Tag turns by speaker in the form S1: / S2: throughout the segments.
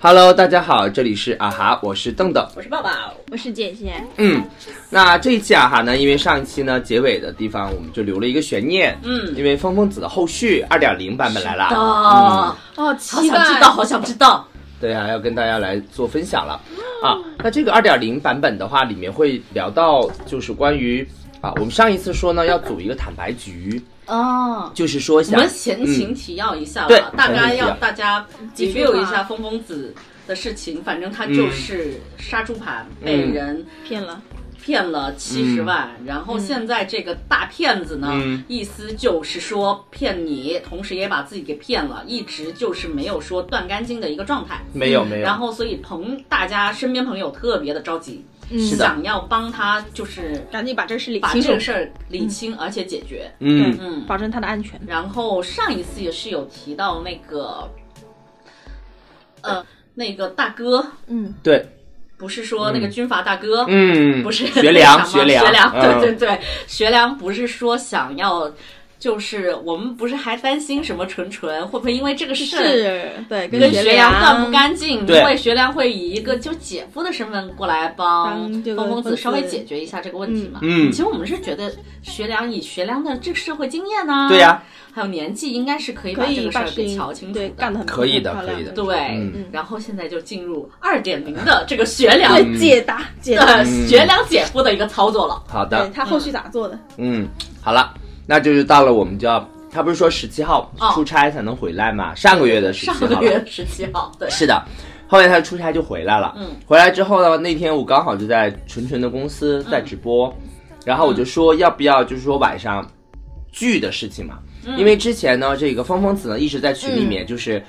S1: Hello，大家好，这里是啊哈，我是邓邓。
S2: 我是抱抱，
S3: 我是姐姐，
S1: 嗯，那这一期啊哈呢，因为上一期呢结尾的地方我们就留了一个悬念，
S2: 嗯
S1: 因为风风子的后续二点零版本来了，啊
S2: 哦，
S3: 哦，
S2: 好
S3: 期
S2: 想知道，好想知道，
S1: 对啊，要跟大家来做分享了啊。那这个二点零版本的话，里面会聊到就是关于啊，我们上一次说呢要组一个坦白局，
S3: 哦，
S1: 就是说
S2: 我
S1: 想
S2: 们前情提要一下
S1: 对
S2: 吧，大概
S1: 前情提
S2: 要
S1: 要
S2: 大家
S3: 几句
S2: review 一
S3: 话
S2: 下风风子的事情，反正他就是杀猪盘，被人
S1: 嗯
S3: 骗了，
S2: 骗了七十万，然后现在这个大骗子呢，
S1: 嗯
S2: 意思就是说骗你，同时也把自己给骗了，一直就是没有说断干净的一个状态。
S1: 没有没有，
S2: 然后，所以朋大家身边朋友特别的着急，
S1: 嗯是的
S2: 想要帮他，就是
S3: 赶紧把这个事理
S2: 把
S3: 清
S2: 这
S3: 楚
S2: 个，事儿理清，而且解决。
S1: 嗯
S3: 对
S2: 嗯，
S3: 保证他的安全。
S2: 然后上一次也是有提到那个，呃，那个大哥，
S3: 嗯，
S1: 对，
S2: 不是说那个军阀大哥，
S1: 嗯，
S2: 不是
S1: 学良
S2: 学
S1: 良
S2: 学良，
S1: 嗯
S2: 对对对，学良不是说想要，就是我们不是还担心什么纯纯会不会因为这个事儿
S3: 是，对，
S2: 跟
S3: 学
S2: 学良断不干净，
S1: 对
S2: 因为学良会以一个就姐夫的身份过来帮
S3: 帮这
S2: 风
S3: 个
S2: 公
S3: 公
S2: 子
S3: 子
S2: 稍微解决一下这个问题嘛。
S1: 嗯嗯
S2: 其实我们是觉得学良以学良的这个社会经验呢、
S1: 嗯对呀、
S2: 还有年纪，应该是可以把
S3: 可
S2: 这
S3: 以
S2: 个事
S3: 把
S2: 儿
S3: 事
S2: 给
S3: 情
S2: 瞧清楚
S3: 对，干得很
S1: 可以的
S3: 的，很漂亮
S1: 可以的
S2: 对，
S1: 嗯
S2: 然后现在就进入二点零的这个学良
S3: 对解答解答，
S2: 的学良姐夫的一个操作了。
S1: 好的
S3: 对，他后续咋做的？
S1: 嗯，好了，那就是到了我们就要，他不是说十七号
S2: 哦
S1: 出差才能回来吗？上个月的十七
S2: 上
S1: 号了，
S2: 个月十七号，对，
S1: 是的。后来他出差就回来了，
S2: 嗯，
S1: 回来之后呢，那天我刚好就在纯纯的公司在直播，然后我就说要不要就是说晚上剧的事情嘛，因为之前呢，这个峰峰子呢一直在群里面就是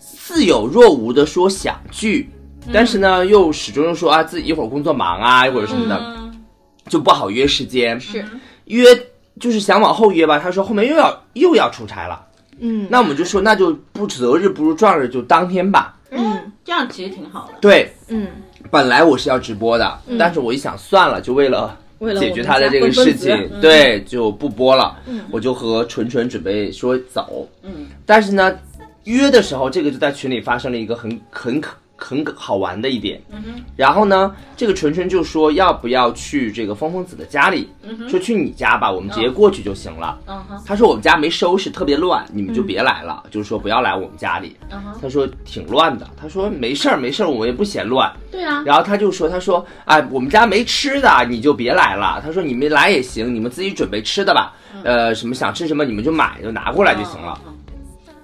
S1: 似有若无的说想剧，但是呢又始终又说啊自己一会儿工作忙啊一会儿什么的，
S2: 嗯，
S1: 就不好约时间，
S3: 是，
S1: 约就是想往后约吧，他说后面又要又要出差了，
S3: 嗯，
S1: 那我们就说那就不择日不如撞日，就当天吧。
S3: 嗯
S2: 这样其实挺好的。
S1: 对，
S3: 嗯，
S1: 本来我是要直播的，但是我一想算了，就为了。
S3: 为了
S1: 解
S3: 我
S1: 决
S3: 们
S1: 他的
S3: 家
S1: 这个
S3: 混混
S1: 事
S3: 子嗯
S1: 情，对，就不播了。我就和纯纯准备说走，
S2: 嗯，
S1: 但是呢，约的时候，这个就在群里发生了一个很很很好玩的一点。
S3: 嗯
S1: 然后呢，这个纯纯就说要不要去这个峰峰子的家里，
S3: 嗯
S1: 说去你家吧，我们直接过去就行了。
S3: 哦
S2: 嗯哼，
S1: 他说我们家没收拾，特别乱，你们就别来了，就是说不要来我们家
S3: 哦
S1: 里。
S2: 嗯哼，
S1: 他说挺乱的，他说没事儿没事儿，我也不嫌乱。
S2: 对啊，
S1: 然后他就说：“他说，哎，我们家没吃的，你就别来了。他说你们来也行，你们自己准备吃的吧。呃，什么想吃什么你们就买，就拿过来就行了。
S2: 嗯。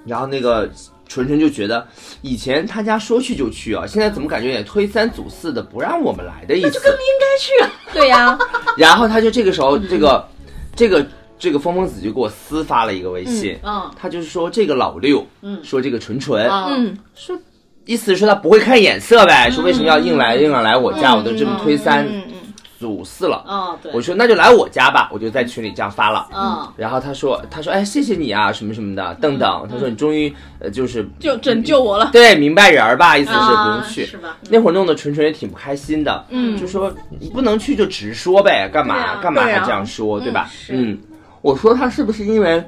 S1: 然后那个纯纯就觉得，以前他家说去就去啊，现在怎么感觉有点推三阻四的，不让我们来的意思？
S2: 应
S3: 对呀，
S1: 然后他就这个时候，这个，这个，这个峰峰子就给我私发了一个微信，
S2: 嗯
S1: 他就是说这个老六，
S2: 嗯
S1: 说这个纯纯，
S2: 该去，
S3: 嗯，
S1: 说意思是说他不会看眼色呗，说为什么要硬来硬要来我家，我都这么推三
S3: 嗯嗯
S1: 阻四了。
S2: 嗯，对，
S1: 我说那就来我家吧，我就在群里这样发了。
S2: 嗯，
S1: 然后他说他说哎谢谢你啊什么什么的，等等，他说你终于呃就是
S3: 就拯救我了，
S1: 对明白人儿吧，意思是不
S2: 啊
S1: 用去。
S2: 是吧？
S1: 那会儿弄得纯纯也挺不开心的，
S3: 嗯
S1: 就说你不能去就直说呗，干嘛、
S2: 对啊
S1: 干嘛
S3: 对
S1: 还
S3: 啊
S1: 这样说，对吧？
S2: 是
S1: 嗯，我说他是不是因为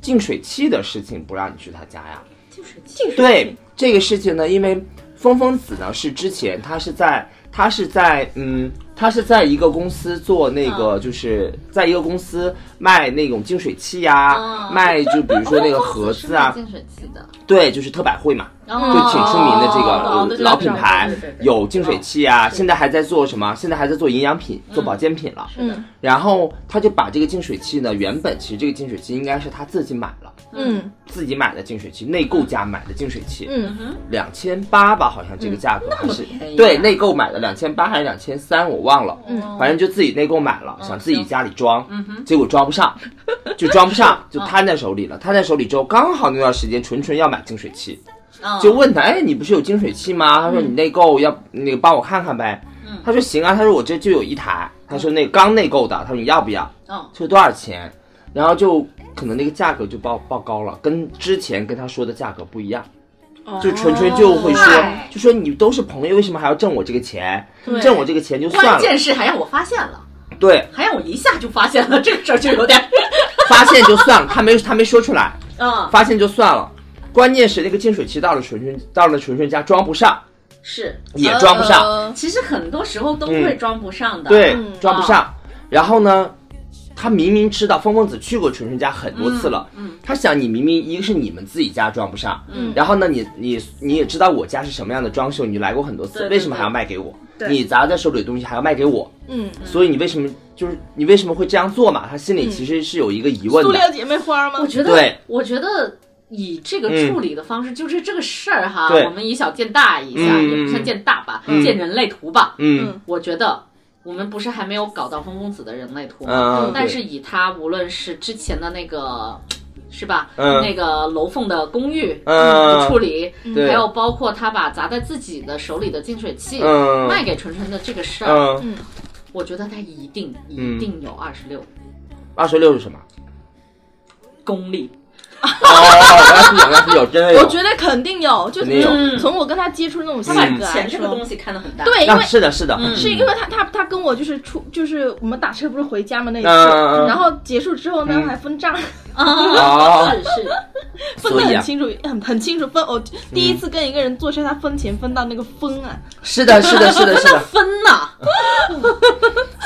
S1: 净水器的事情不让你去他家呀？
S2: 就是
S1: 对这个事情呢，因为峰峰子呢是之前他是在他是在嗯他是在一个公司做那个、就是在一个公司卖那种净水器呀、
S2: 哦
S1: 卖就比如说那个盒子啊，
S2: 净水器的，
S1: 对，就是特百惠嘛，
S2: 就
S1: 就挺出名的这个、
S3: 哦
S1: 呃
S3: 对
S1: 老
S3: 对
S1: 品
S3: 对
S1: 牌
S2: 对对对，对
S1: 有净水器啊，现在还在做什么？现在还在做营养品、做保健品了。
S3: 嗯
S1: 然后他就把这个净水器呢，原本其实这个净水器应该是他自己买了，
S3: 嗯
S1: 自己买的净水器，内购价买的净水器。
S3: 嗯，
S1: 两千八吧，好像这个价格还
S2: 么
S1: 是、
S2: 便宜啊
S1: 对内购买的，两千八还是两千三，我忘了。
S3: 嗯
S1: 反正就自己内购买了，想自己
S2: 嗯行嗯
S1: 家里装，
S2: 哼嗯
S1: 结果装不 上，就装不上，就摊在手里了。摊在手里之后，刚好那段时间纯纯要买净水器，
S2: 嗯
S1: 就问他，哎，你不是有净水器吗？他说你内购要那个帮我看看呗。
S2: 嗯
S1: 他说行啊，他说我这就有一台，他说那个刚内购的，他说你要不要？
S2: 嗯
S1: 这多少钱？然后就可能那个价格就报报高了，跟之前跟他说的价格不一样。
S3: 嗯
S1: 就纯纯就会说
S2: 哦，
S1: 就说你都是朋友，为什么还要挣我这个钱？
S2: 对
S1: 挣我这个钱就算
S2: 关
S1: 了。
S2: 键是还让我发现了，
S1: 对，
S2: 还让我一下就发现了，这个事儿就有点，
S1: 发现就算了，他没他没说出来，
S2: 嗯
S1: 发现就算了。关键是那个净水器到了纯纯到了纯纯家装不上，
S2: 是
S1: 也装不上，
S3: 呃
S2: 其实很多时候都会装不上的。
S1: 对，
S3: 嗯
S1: 装不
S2: 哦
S1: 上。然后呢，他明明知道峰峰子去过纯纯家很多次了，
S2: 嗯
S1: 他想你明明一个是你们自己家装不上，
S2: 嗯
S1: 然后呢，你你你也知道我家是什么样的装修，你来过很多次，
S2: 对对
S1: 为什么还要卖给我？
S3: 对
S1: 你砸在手里的东西还要卖给我，
S3: 嗯，
S1: 所以你为什么就是你为什么会这样做嘛？他心里其实是有一个疑问
S3: 塑
S1: 的，
S3: 料姐妹花吗
S2: 我？觉得
S1: 对，嗯
S2: 我觉得以这个处理的方式，就是这个事儿哈，
S1: 对
S2: 我们以小见大一下，
S1: 嗯
S2: 也不算见大吧，
S1: 嗯
S2: 见人类图吧。
S1: 嗯
S2: 我觉得我们不是还没有搞到风公子的人类图吗？
S1: 嗯，
S2: 但是以他无论是之前的那个，是吧？
S1: 嗯
S2: 那个楼凤的公寓的
S1: 嗯
S2: 处理，
S1: 对
S2: 还有包括他把砸在自己的手里的净水器
S1: 嗯
S2: 卖给纯纯的这个事儿，
S1: 嗯，
S2: 我觉得他一定一
S1: 嗯
S2: 定有二十六
S1: 二十六是什 么？
S2: 功力。
S1: 哦，原来是有，原来是有，真的有。
S3: 我觉得肯定有，就
S1: 哎肯定有
S3: 是从我跟他接触的那种性
S2: 嗯他把
S3: 格
S2: 钱
S3: 来
S2: 这个
S3: 嗯说
S2: 东，西看得很
S3: 啊
S2: 大。
S3: 对，因
S1: 啊，
S3: 为
S1: 是的，是的，
S2: 嗯
S3: 是因为他他他跟我就是出就是我们打车不是回家嘛那一次，
S1: 嗯嗯嗯
S3: 然后结束之后呢
S1: 嗯
S3: 还分账，
S1: 哦
S2: 是是，
S1: 所
S3: 分得
S1: 以
S3: 很
S1: 啊，嗯
S3: 清楚， 很很清楚分。我第一次跟一个人做事，他分钱分到那个分 啊，
S1: 是的，是的，是的，是的，
S2: 分呐！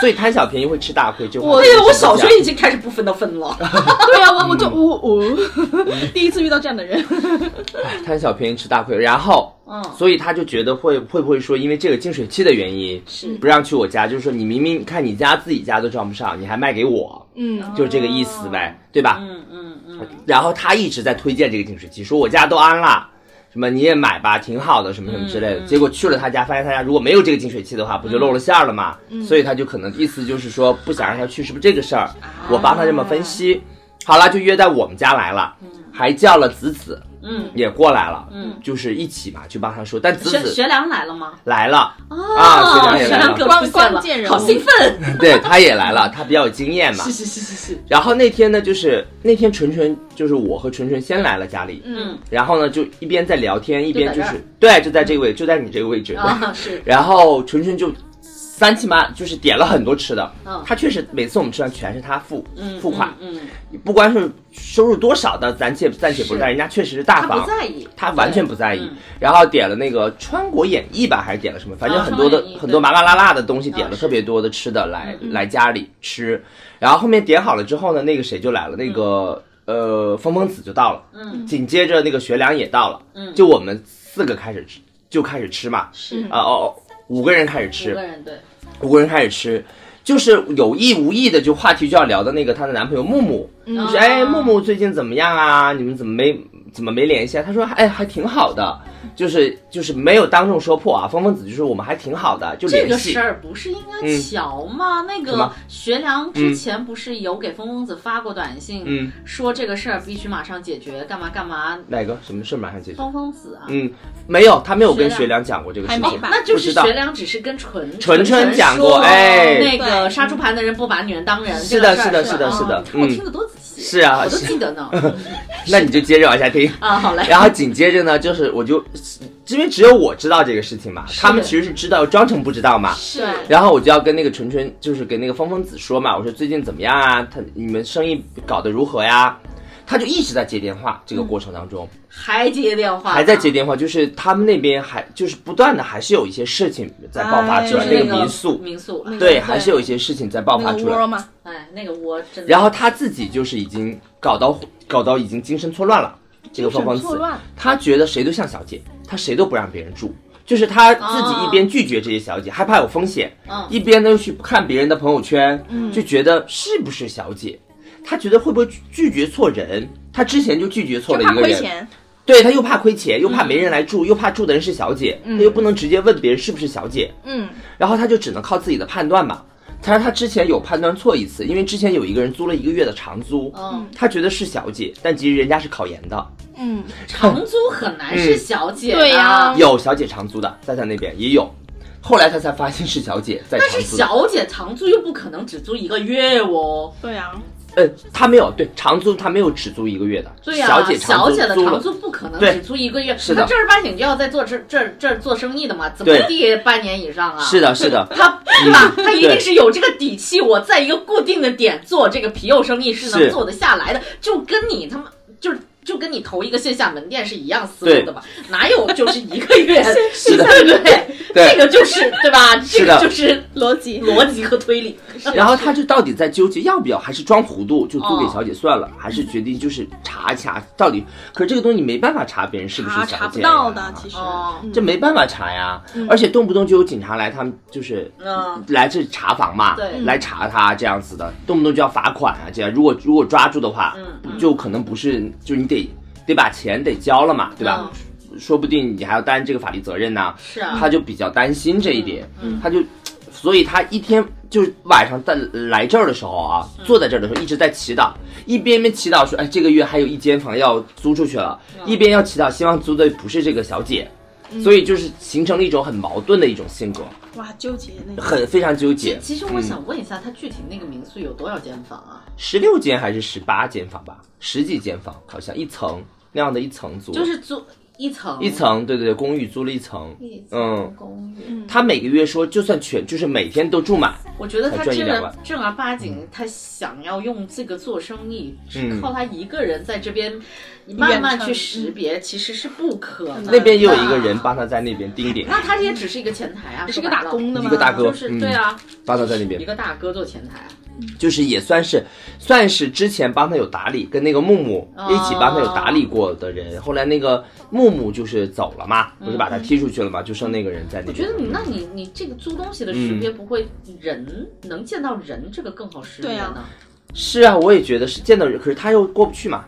S1: 所以贪小便宜会吃大亏，就
S3: 我
S2: 哎
S1: 对
S2: 呀，我小学已经开始不分的分了。
S3: 对 啊，我我
S1: 嗯
S3: 就我我第一次遇到这样的人，
S1: 贪小便宜吃大亏，然后，
S2: 嗯
S1: 所以他就觉得会会不会说，因为这个净水器的原因，
S2: 是
S1: 不让去我家，就是说你明明看你家自己家都装不上，你还卖给我，
S3: 嗯，
S1: 就是这个意思呗，对吧？
S2: 嗯嗯嗯，
S1: 然后他一直在推荐这个净水器，说我家都安了，什么你也买吧，挺好的，什么什么之
S2: 嗯
S1: 类的。结果去了他家，发现他家如果没有这个净水器的话，不就露了馅儿了吗？
S2: 嗯
S1: 所以他就可能意思就是说不想让他去，是不是这个事儿？
S2: 啊
S1: 我帮他这么分析，好了，就约在我们家来了，还叫了子子，
S2: 嗯，
S1: 也过来了，嗯，就是一起嘛去帮他说，但子
S2: 学
S1: 子
S2: 学良来了吗？
S1: 来了，
S2: 哦
S1: 啊，学
S2: 学
S1: 长也来
S2: 良给
S1: 了，
S2: 我出现
S3: 关
S2: 了
S3: 关键，人物
S2: 好兴奋！
S1: 对，他也来了，他比较有经验嘛，
S2: 是是是是，
S1: 然后那天呢，就是那天纯纯就是我和纯纯先来了家里，
S2: 嗯，
S1: 然后呢就一边在聊天，一边就
S2: 就在
S1: 是对，就在这个位，就在你这个位置。
S2: 啊是，
S1: 然后纯纯就三七八就是点了很多吃的，
S2: 嗯
S1: 他确实每次我们吃饭全是他付、
S2: 嗯
S1: 付款，
S2: 嗯，嗯
S1: 不管是收入多少的，咱且暂且不
S2: 是
S1: 算，人家确实是大
S2: 他不
S1: 方。
S2: 在意，
S1: 他完全不在意
S2: 嗯，
S1: 然后点了那个《川国演义》吧，还是点了什么，反正
S2: 啊
S1: 很多的
S2: 川国演义
S1: 很多麻麻辣辣的东西，点
S2: 啊
S1: 了
S2: 是嗯
S1: 特别多的吃的来来家里吃。然后后面点好了之后呢，那个谁就来了，那个呃风风子就到了，
S2: 嗯，
S1: 紧接着那个学良也到了，
S2: 嗯
S1: 就我们四个开始吃，就开始吃嘛，
S2: 是
S1: 啊哦，哦五个人开始
S2: 五
S1: 吃
S2: 个，人对，
S1: 五个人开始吃，就是有意无意的就话题就要聊到那个她的男朋友木木，就是
S2: 啊
S1: 哎木木最近怎么样啊？你们怎么没怎么没联系啊？她说哎还挺好的，就是就是没有当众说破啊。风风子就说我们还挺好的，就
S2: 这
S1: 联
S2: 个
S1: 系
S2: 事。儿不是应该
S1: 嗯
S2: 瞧吗？那
S1: 什
S2: 个
S1: 么
S2: 学良之前不是有给风公子发过短信，
S1: 嗯
S2: 说这个事儿必须马上解决，干嘛干嘛。
S1: 哪个什么事儿马上解决？
S2: 风风子啊，
S1: 嗯，没有，他没有跟
S2: 学
S1: 学良讲过这个事
S3: 还没
S1: 情，
S3: 吧
S2: 哦那就
S1: 不
S2: 是
S1: 知道
S2: 学良只是跟纯
S1: 纯
S2: 纯
S1: 纯讲
S2: 说
S1: 过哎
S2: 那个
S3: 对
S2: 杀猪盘的人不把女人当人，
S1: 是
S2: 这
S1: 的
S2: 个事儿
S1: 是的
S2: 吧
S1: 是的
S2: 啊
S1: 是的
S2: 你看我
S1: 嗯
S2: 听得多仔细，
S1: 是啊
S2: 我都
S1: 是
S2: 记得 呢。
S1: 那你就接着往下听。
S2: 啊，好嘞，
S1: 然后紧接着呢，就是我就因为只有我知道这个事情嘛，他们其实是知道，装成不知道嘛。
S2: 是
S1: 然后我就要跟那个纯纯，就是给那个峰峰子说嘛，我说最近怎么样啊？他你们生意搞得如何呀？他就一直在接电话，这个过程当中、
S3: 嗯
S2: 还接电话，
S1: 还在接电话，就是他们那边还就是不断的还是有一些事情在爆发
S3: 哎
S1: 出
S2: 就
S1: 来，
S2: 是
S1: 那
S2: 个
S1: 民宿，
S2: 民宿，
S1: 对，
S3: 对
S1: 还是有一些事情在爆发
S3: 那个
S1: 出来。
S3: 窝嘛，
S2: 哎，那个窝真的。
S1: 然后他自己就是已经搞到搞到已经精神错乱了，这个
S3: 精
S1: 方方
S3: 神错
S1: 子，
S3: 乱，
S1: 他觉得谁都像小姐，他谁都不让别人住，就是他自己一边拒绝这些小
S3: 哦
S1: 姐，害怕有风险，
S2: 嗯
S1: 一边呢又去看别人的朋友圈，
S3: 嗯
S1: 就觉得是不是小姐，他觉得会不会拒拒绝错人？他之前就拒绝错
S3: 就
S1: 了
S3: 怕
S1: 一个
S3: 亏
S1: 人，
S3: 钱，嗯
S1: 对他又怕亏钱，又怕没人来住，又怕住的人是小姐，他又不能直接问别人是不是小姐，
S3: 嗯，
S1: 然后他就只能靠自己的判断嘛。他说他之前有判断错一次，因为之前有一个人租了一个月的长租，
S3: 哦
S2: 嗯，
S1: 他觉得是小姐，但其实人家是考研的，
S3: 嗯，
S2: 长租很难是
S1: 嗯
S2: 小姐啊的
S3: 对呀
S1: 有小姐长租的，在他那边也有。后来他才发现是小姐在
S2: 但
S1: 长
S2: 是
S1: 租的，
S2: 小姐长租又不可能只租一个月哦。
S3: 对啊，
S1: 呃，他没有对长租，他没有只租一个月的，
S2: 对呀、
S1: 小姐
S2: 小
S1: 长租
S2: 姐的
S1: 租
S2: 长
S1: 了
S2: 租不可能
S1: 对
S2: 只租一个月，
S1: 是
S2: 她
S1: 的
S2: 正儿八经就要在做这这这儿做生意的嘛，怎么
S1: 对
S2: 地半年以上啊？
S1: 是的，是的，
S2: 他对吧？他一
S1: 嗯
S2: 定
S1: 对
S2: 是有这个底气，我在一个固定的点做这个皮肉生意是能
S1: 是
S2: 做得下来的，就跟你他妈就是就跟你投一个线下门店是一样思路的嘛，哪有就是一个月，
S1: 是的
S2: 对不对？
S1: 对
S2: 这个就是对吧？这
S1: 是
S2: 个
S1: 的
S2: 就是
S3: 逻辑
S2: 逻辑和推理。
S1: 然后他就到底在纠结要不要，还是装糊涂就租给小姐算了，还是决定就是查一查到底？可是这个东西你没办法查别人是不是
S3: 查
S1: 小姐、
S3: 查不到的，其实。嗯
S2: 哦，
S1: 这没办法查呀，而且动不动就有警察来，他们就是
S2: 嗯
S1: 来这查房嘛，
S2: 对
S1: 来查他这样子的，动不动就要罚款啊，这样如果如果抓住的话，
S2: 嗯
S1: 就可能不是，就你得得把钱得交了
S2: 嗯
S1: 嘛，对吧？说不定你还要担这个法律责任呢、
S2: 是啊，
S1: 他就比较担心这一点，
S2: 嗯
S1: 他就，所以他一天就是晚上在呃来这儿的时候啊，
S2: 嗯
S1: 坐在这儿的时候一直在祈祷，一边一边祈祷说，哎，这个月还有一间房要租出去了，
S2: 嗯
S1: 一边要祈祷希望租的不是这个小姐，所以就是形成了一种很矛盾的一种性格，
S3: 哇，纠结那个。
S1: 很非常纠结。嗯
S2: 其实我想问一下，他具体那个民宿有多少间房啊？
S1: 十六间还是十八间房吧，十几间房好像一层那样的一层租，
S2: 就是租一层，
S1: 一层，对对对，公寓租了一层，
S2: 一层
S1: 嗯
S2: 公寓。
S1: 他每个月说就算全就是每天都住满。
S2: 我觉得他
S1: 才赚一
S2: 正
S1: 两
S2: 儿
S1: 万
S2: 正儿八经，他想要用这个做生意，是
S1: 嗯
S2: 靠他一个人在这边慢慢
S3: 远程
S2: 去识别，其实是不可能的。
S1: 那边也有一个人帮他在那边盯点，
S2: 那他也只是一个前台啊，
S3: 嗯是个
S2: 说白
S3: 打
S2: 了
S3: 工的吗？
S1: 一个大哥
S2: 就是
S1: 嗯
S2: 对啊，
S1: 帮他在那
S2: 一
S1: 边，
S2: 个大哥做前台，啊
S1: 就是也算是算是之前帮他有打理，跟那个木木
S2: 哦
S1: 一起帮他有打理过的人。后来那个木木就是走了嘛，不是把他踢出去了嘛，就剩那个人在那
S2: 嗯我觉
S1: 边
S2: 得。你，那你你这个租东西的识
S1: 嗯
S2: 别不会人能见到人，这个更好识别
S3: 对啊
S2: 呢。
S1: 是啊，我也觉得是见到人，可是他又过不去嘛，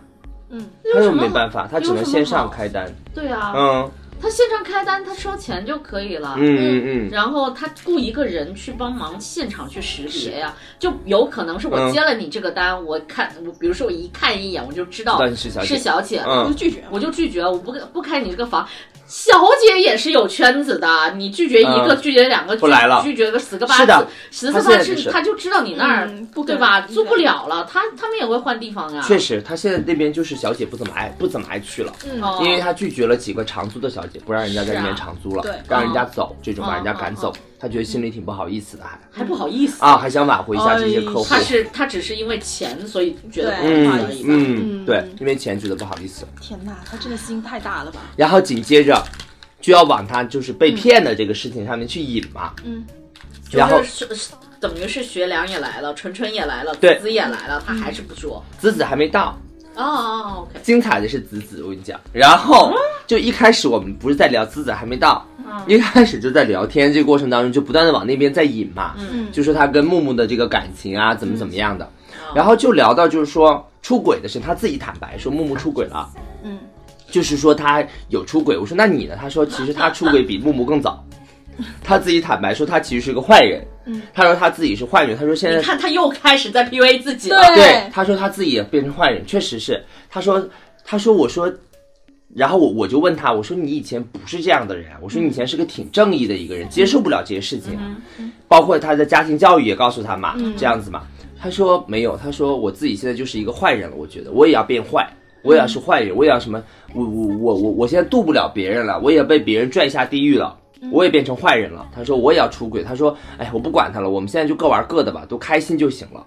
S3: 嗯，
S1: 他又
S2: 什么
S1: 没办法，他只能线上开单。
S2: 对啊，
S1: 嗯
S2: 他线上开单，他收钱就可以了。
S1: 嗯嗯嗯，
S2: 然后他雇一个人去帮忙现场去识别呀、就有可能是我
S1: 嗯
S2: 接了你这个单，我看我比如说我一看一眼我就知道
S1: 知道你是小姐
S2: 是小姐，
S3: 就
S1: 嗯，
S3: 拒绝嘛。
S2: 我呃就拒绝，我不不开你这个房。小姐也是有圈子的，你拒绝一个，
S1: 嗯
S2: 拒绝两个，
S1: 不
S2: 拒
S1: 来了
S2: 拒绝个十个八
S1: 是
S2: 次
S1: 的，
S2: 十次
S1: 他现
S2: 八
S1: 在就
S2: 次，
S1: 是
S2: 他就知道你那儿、
S3: 嗯不
S2: 对
S3: 跟
S2: 吧？
S3: 对
S2: 租不了了，他他们也会换地方呀。
S1: 确实，他现在那边就是小姐不怎么爱，不怎么爱去了。
S3: 嗯
S2: 哦，
S1: 因为他拒绝了几个长租的小姐，不让人家在里
S2: 是啊
S1: 面长租了，
S3: 对
S1: 让人家走，这种把人家赶
S2: 嗯
S1: 走，他觉得心里挺不好意思的，还
S2: 还不好意思
S1: 啊，还想挽回一下这些客户。
S2: 哎他是他只是因为钱，所以觉得
S3: 对
S1: 嗯
S2: 不好意思。
S1: 嗯
S3: 嗯
S1: 对，因为钱觉得不好意思，
S3: 天哪，他真的心太大了吧？
S1: 然后紧接着就要往他就是
S2: 嗯
S1: 被骗的这个事情上面去引嘛，
S3: 嗯，
S1: 然后
S2: 就是是是等于是学良也来了，纯纯也来了，
S1: 对
S2: 子子也来了，他还是不说。
S3: 嗯
S1: 子子还没到，
S2: 哦哦哦，OK，
S1: 精彩的是子子，我跟你讲，然
S3: 啊
S1: 后就一开始我们不是在聊子子还没到，一开始就在聊天这个过程当中就不断的往那边在引嘛，
S2: 嗯
S1: 就说他跟木木的这个感情啊怎么怎么样的，
S3: 嗯
S1: 然后就聊到就是说出轨的事，他自己坦白说木木出轨了，
S3: 嗯，
S1: 就是说他有出轨，我说那你呢？他说其实他出轨比木木更早。他自己坦白说，他其实是个坏人。
S3: 嗯，
S1: 他说他自己是坏人。他说现在
S2: 你看他又开始在 PUA 自己了。
S1: 对，他说他自己也变成坏人，确实是。他说，他说，我说，然后我我就问他，我说你以前不是这样的人啊，我说你以前是个挺正义的一个人，接受不了这些事情啊，包括他的家庭教育也告诉他嘛，这样子嘛。他说没有，他说我自己现在就是一个坏人了，我觉得我也要变坏。我也要是坏人，我也要什么？我我我我我现在渡不了别人了，我也被别人拽下地狱了，我也变成坏人了。他说我也要出轨，他说哎，我不管他了，我们现在就各玩各的吧，都开心就行了。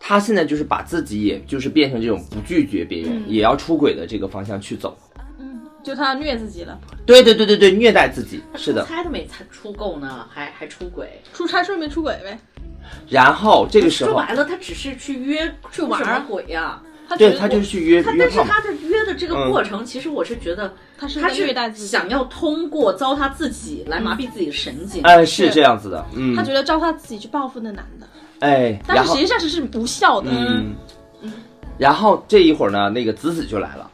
S1: 他现在就是把自己也就是变成这种不拒绝别人、
S2: 嗯
S1: 也要出轨的这个方向去走。
S3: 就他虐自己了。
S1: 对对对对对，虐待自己是的。
S2: 猜都没猜出够呢，还还出轨。
S3: 出差顺便出轨呗，
S1: 然后这个时
S2: 说
S1: 候，
S2: 白了，他只是去约去
S3: 玩儿
S2: 什么鬼呀、
S3: 他觉
S1: 对
S3: 得
S1: 他
S3: 我
S1: 就是去约
S2: 他
S1: 约
S2: 但是
S1: 炮嘛嗯
S2: 他的约的这个过程，其实我是觉得
S3: 他是
S2: 他
S3: 在虐待
S2: 是
S3: 自己
S2: 想要通过糟蹋自己来麻痹自己的神经。
S1: 哎，是这样子的，嗯
S3: 他，觉得糟蹋自己去报复那男的，
S1: 哎，然
S3: 但是
S1: 后
S3: 实际上是是无效的，
S1: 嗯，然后这一会儿呢，那个子子就来了，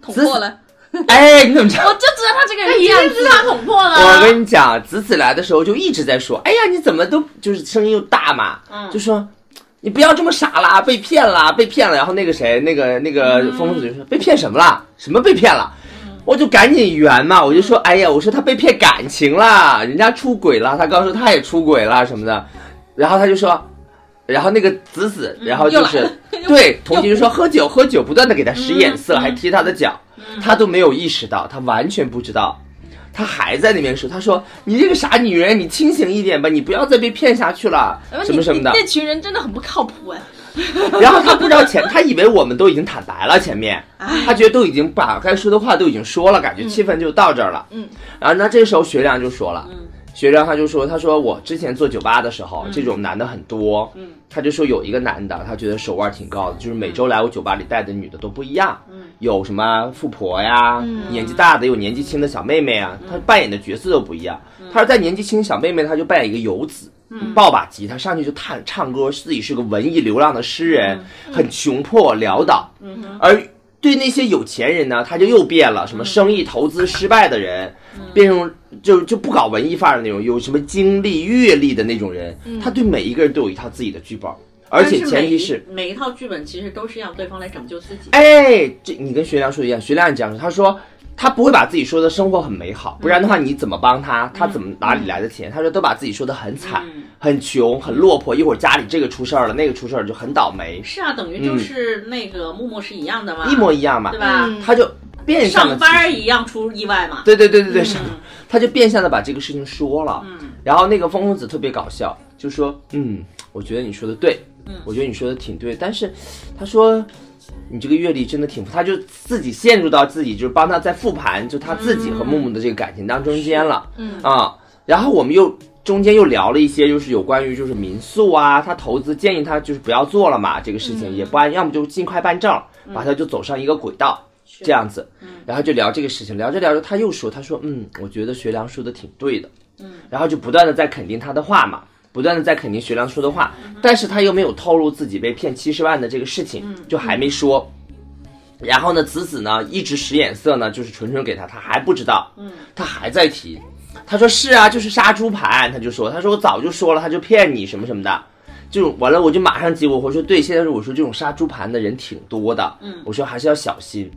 S3: 捅
S1: 子
S3: 破了。
S2: 嗯
S1: 哎，你怎么知道
S3: 我？就知道他这个
S2: 他
S3: 人
S2: 一
S3: 这样
S2: 定知
S3: 子
S2: 道，捅破了。
S1: 我跟你讲，子子来的时候就一直在说，哎呀，你怎么都就是声音又大嘛，
S3: 嗯
S1: 就说你不要这么傻啦，被骗啦，被骗了。然后那个谁，那个那个
S3: 嗯
S1: 疯疯子就说被骗什么啦？什么被骗了？我就赶紧圆嘛，我就说，哎呀，我说他被骗感情啦，人家出轨了，他刚说他也出轨了什么的，然后他就说，然后那个子子，然后就
S3: 嗯又
S1: 是
S3: 来了嗯
S1: 对同情就说喝酒喝酒，不断的给他使眼色，还踢他的脚，他都没有意识到，他完全不知道，他还在那边说，他说你这个傻女人，你清醒一点吧，你不要再被骗下去了，
S3: 哎
S1: 什么什么的
S3: 你你，那群人真的很不靠谱哎，
S1: 然后他不知道前，他以为我们都已经坦白了前面，他觉得都已经把该说的话都已经说了，感觉气氛就到这儿了。
S3: 嗯，
S1: 然后那这时候学良就说了，
S2: 嗯
S1: 学良他就说，他说我之前做酒吧的时候，这种男的很多，
S2: 嗯
S1: 他就说有一个男的，他觉得手腕挺高的，就是每周来我酒吧里带的女的都不一样，
S2: 嗯
S1: 有什么富婆呀，
S3: 嗯
S1: 年纪大的有年纪轻的小妹妹啊，
S2: 嗯
S1: 他扮演的角色都不一样。他说在年纪轻小妹妹，他就扮演一个游子。
S2: 嗯
S1: 抱把吉他上去就唱唱歌，自己是个文艺流浪的诗人，
S2: 嗯
S1: 很穷破潦倒。而对那些有钱人呢，他就又变了，什
S2: 嗯
S1: 么生意投资失败的人，变成就就不搞文艺范儿的那种，有什么经历阅历的那种人，他对每一个人都有一套自己的剧本，而且前提是。
S2: 嗯但每一每一套剧本其实都是让对方来拯救自己。
S1: 哎，这你跟学良说的一样，学良也这样说，他说他不会把自己说的生活很美好，不然
S2: 嗯
S1: 的话你怎么帮他？他怎么哪里来的钱？他说都把自己说的很惨、
S2: 嗯
S1: 很穷、很落魄，一会儿家里这个出事儿了，那个出事儿就很倒霉，
S2: 是啊，等于就是那个木木是一样的嘛，
S1: 嗯一模一样嘛
S2: 对。吧？
S3: 嗯
S1: 他就变相的
S2: 上班儿一样出意外嘛。
S1: 对对对对对，上他就变相的把这个事情说了。然后那个疯疯子特别搞笑，就说：“嗯，我觉得你说的对，我觉得你说的挺对，但是他说你这个阅历真的挺……他就自己陷入到自己就是帮他在复盘，就他自己和木木的这个感情当中间了。嗯啊，然后我们又。”中间又聊了一些，就是有关于就是民宿啊，他投资建议他就是不要做了嘛，这个事情也不按，要么就尽快办证，把他就走上一个轨道。这样子，然后就聊这个事情，聊着聊着，他又说，他说，嗯，我觉得学良说的挺对的，嗯，然后就不断的在肯定他的话嘛，不断的在肯定学良说的话，但是他又没有透露自己被骗七十万的这个事情，就还没说。然后呢，子子呢一直使眼色呢，就是纯纯给他，他还不知道，嗯，他还在提，他说是啊，就是杀猪盘，他就说，他说我早就说了，他就骗你什么什么的，这种完了我就马上接我回说，对，现在是我说这种杀猪盘的人挺多的，嗯，我说还是要小心。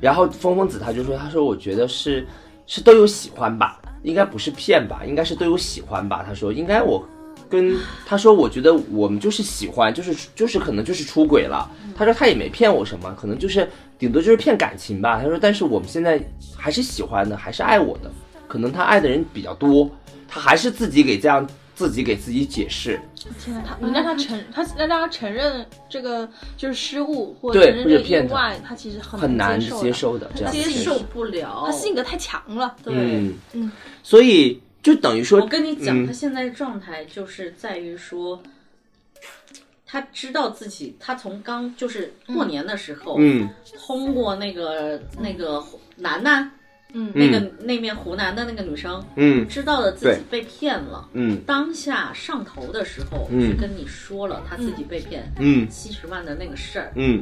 S1: 然后风风子他就说，他说我觉得是是都有喜欢吧，应该不是骗吧，应该是都有喜欢吧。他说应该我跟他说，我觉得我们就是喜欢，就是就是可能就是出轨了。他说他也没骗我什么，可能就是顶多就是骗感情吧。他说但是我们现在还是喜欢的，还是爱我的，可能他爱的人比较多，他还是自己给这样自己给自己解释。
S3: 天呐，他你啊让他承，他让他承认这个就是失误或
S1: 对
S3: 承认
S1: 或者
S3: 这个
S1: 骗
S3: 意
S1: 他
S3: 外，他其实
S1: 很
S3: 很
S1: 难
S3: 难
S1: 接
S3: 受
S1: 受
S3: 的。
S1: 的这样的
S2: 接
S1: 事情
S2: 受不了。
S3: 他性格太强了，对
S1: 嗯
S3: 嗯
S1: 所以就等于说
S2: 我跟你讲，
S1: 嗯
S2: 他现在的状态就是在于说，他知道自己，他从刚就是过年的时候，
S1: 嗯
S2: 通过那个那个楠楠，
S3: 嗯
S2: 那个那面湖南的那个女生，
S1: 嗯
S2: 知道了自己被骗了。
S1: 嗯
S2: 当下上头的时候，
S1: 嗯
S2: 是跟你说了他自己被骗
S1: 嗯
S2: 七十万的那个事儿，
S1: 嗯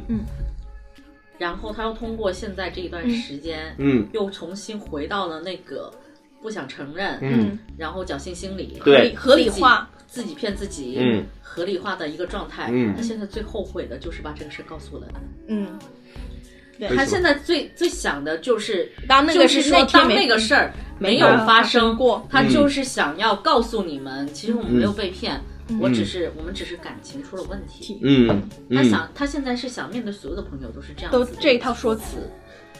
S2: 然后他又通过现在这一段时间，
S1: 嗯
S2: 又重新回到了那个不想承认，
S1: 嗯
S2: 然后侥幸心理，
S1: 对
S3: 合理化，
S2: 自己骗自己，
S1: 嗯，
S2: 合理化的一个状态。
S1: 嗯
S2: 他现在最后悔的就是把这个事告诉了他。
S3: 嗯，
S1: 为
S2: 他
S1: 什么
S2: 现在最最想的就是，
S3: 当那个
S2: 就是
S3: 是
S2: 说
S3: 那天
S2: 当
S3: 没
S2: 那个事儿没有
S3: 有
S2: 发
S3: 发
S2: 生
S3: 生过
S2: 他就是想要告诉你们，其实我们
S1: 嗯
S2: 没有被骗，
S3: 嗯
S2: 我只是我们只是感情出了问题。
S1: 嗯
S2: 他
S1: 嗯。
S2: 想，他现在是想面对所有的朋友都是这样
S3: 都
S2: 子的
S3: 这一套说辞，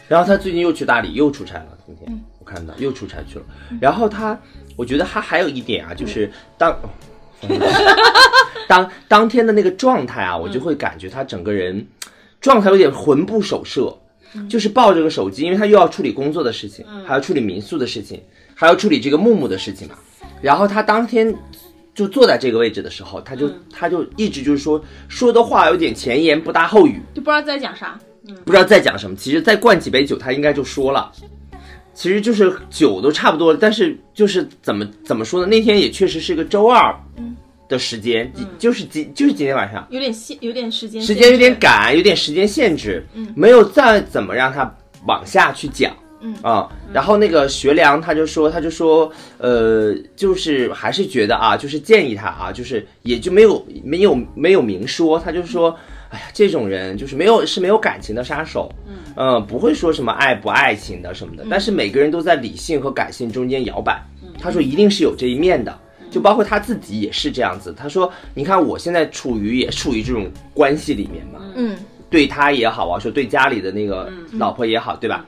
S1: 然后他最近又去大理，又出差了。今
S2: 嗯
S1: 天我看到又出差去了。然后他，我觉得他还有一点啊，就是当。哦
S2: 嗯
S1: 当当天的那个状态啊，我就会感觉他整个人状态有点魂不守舍，
S2: 嗯
S1: 就是抱着个手机，因为他又要处理工作的事情，还要处理民宿的事情，还要处理这个木木的事情嘛。然后他当天就坐在这个位置的时候，他就、
S2: 嗯
S1: 他就一直就是说说的话有点前言不搭后语，
S3: 就不知道在讲啥。
S1: 不知道在讲什么。其实再灌几杯酒，他应该就说了。其实就是酒都差不多了，但是就是怎么怎么说呢？那天也确实是个周二的时间，几就是今就是今天晚上，
S3: 有点限，有点时间，
S1: 时间有点，赶，有点时间限制，没有再怎么让他往下去讲。嗯啊，然后那个学良他就说，他就说，呃，就是还是觉得啊，就是建议他啊，就是也就没有没有没有明说，他就说，哎呀，这种人就是没有是没有感情的杀手，嗯、不会说什么爱不爱情的什么的，但是每个人都在理性和感性中间摇摆，他说一定是有这一面的，就包括他自己也是这样子。他说：“你看我现在处于也处于这种关系里面嘛，
S3: 嗯，
S1: 对他也好啊，说对家里的那个老婆也好，对吧？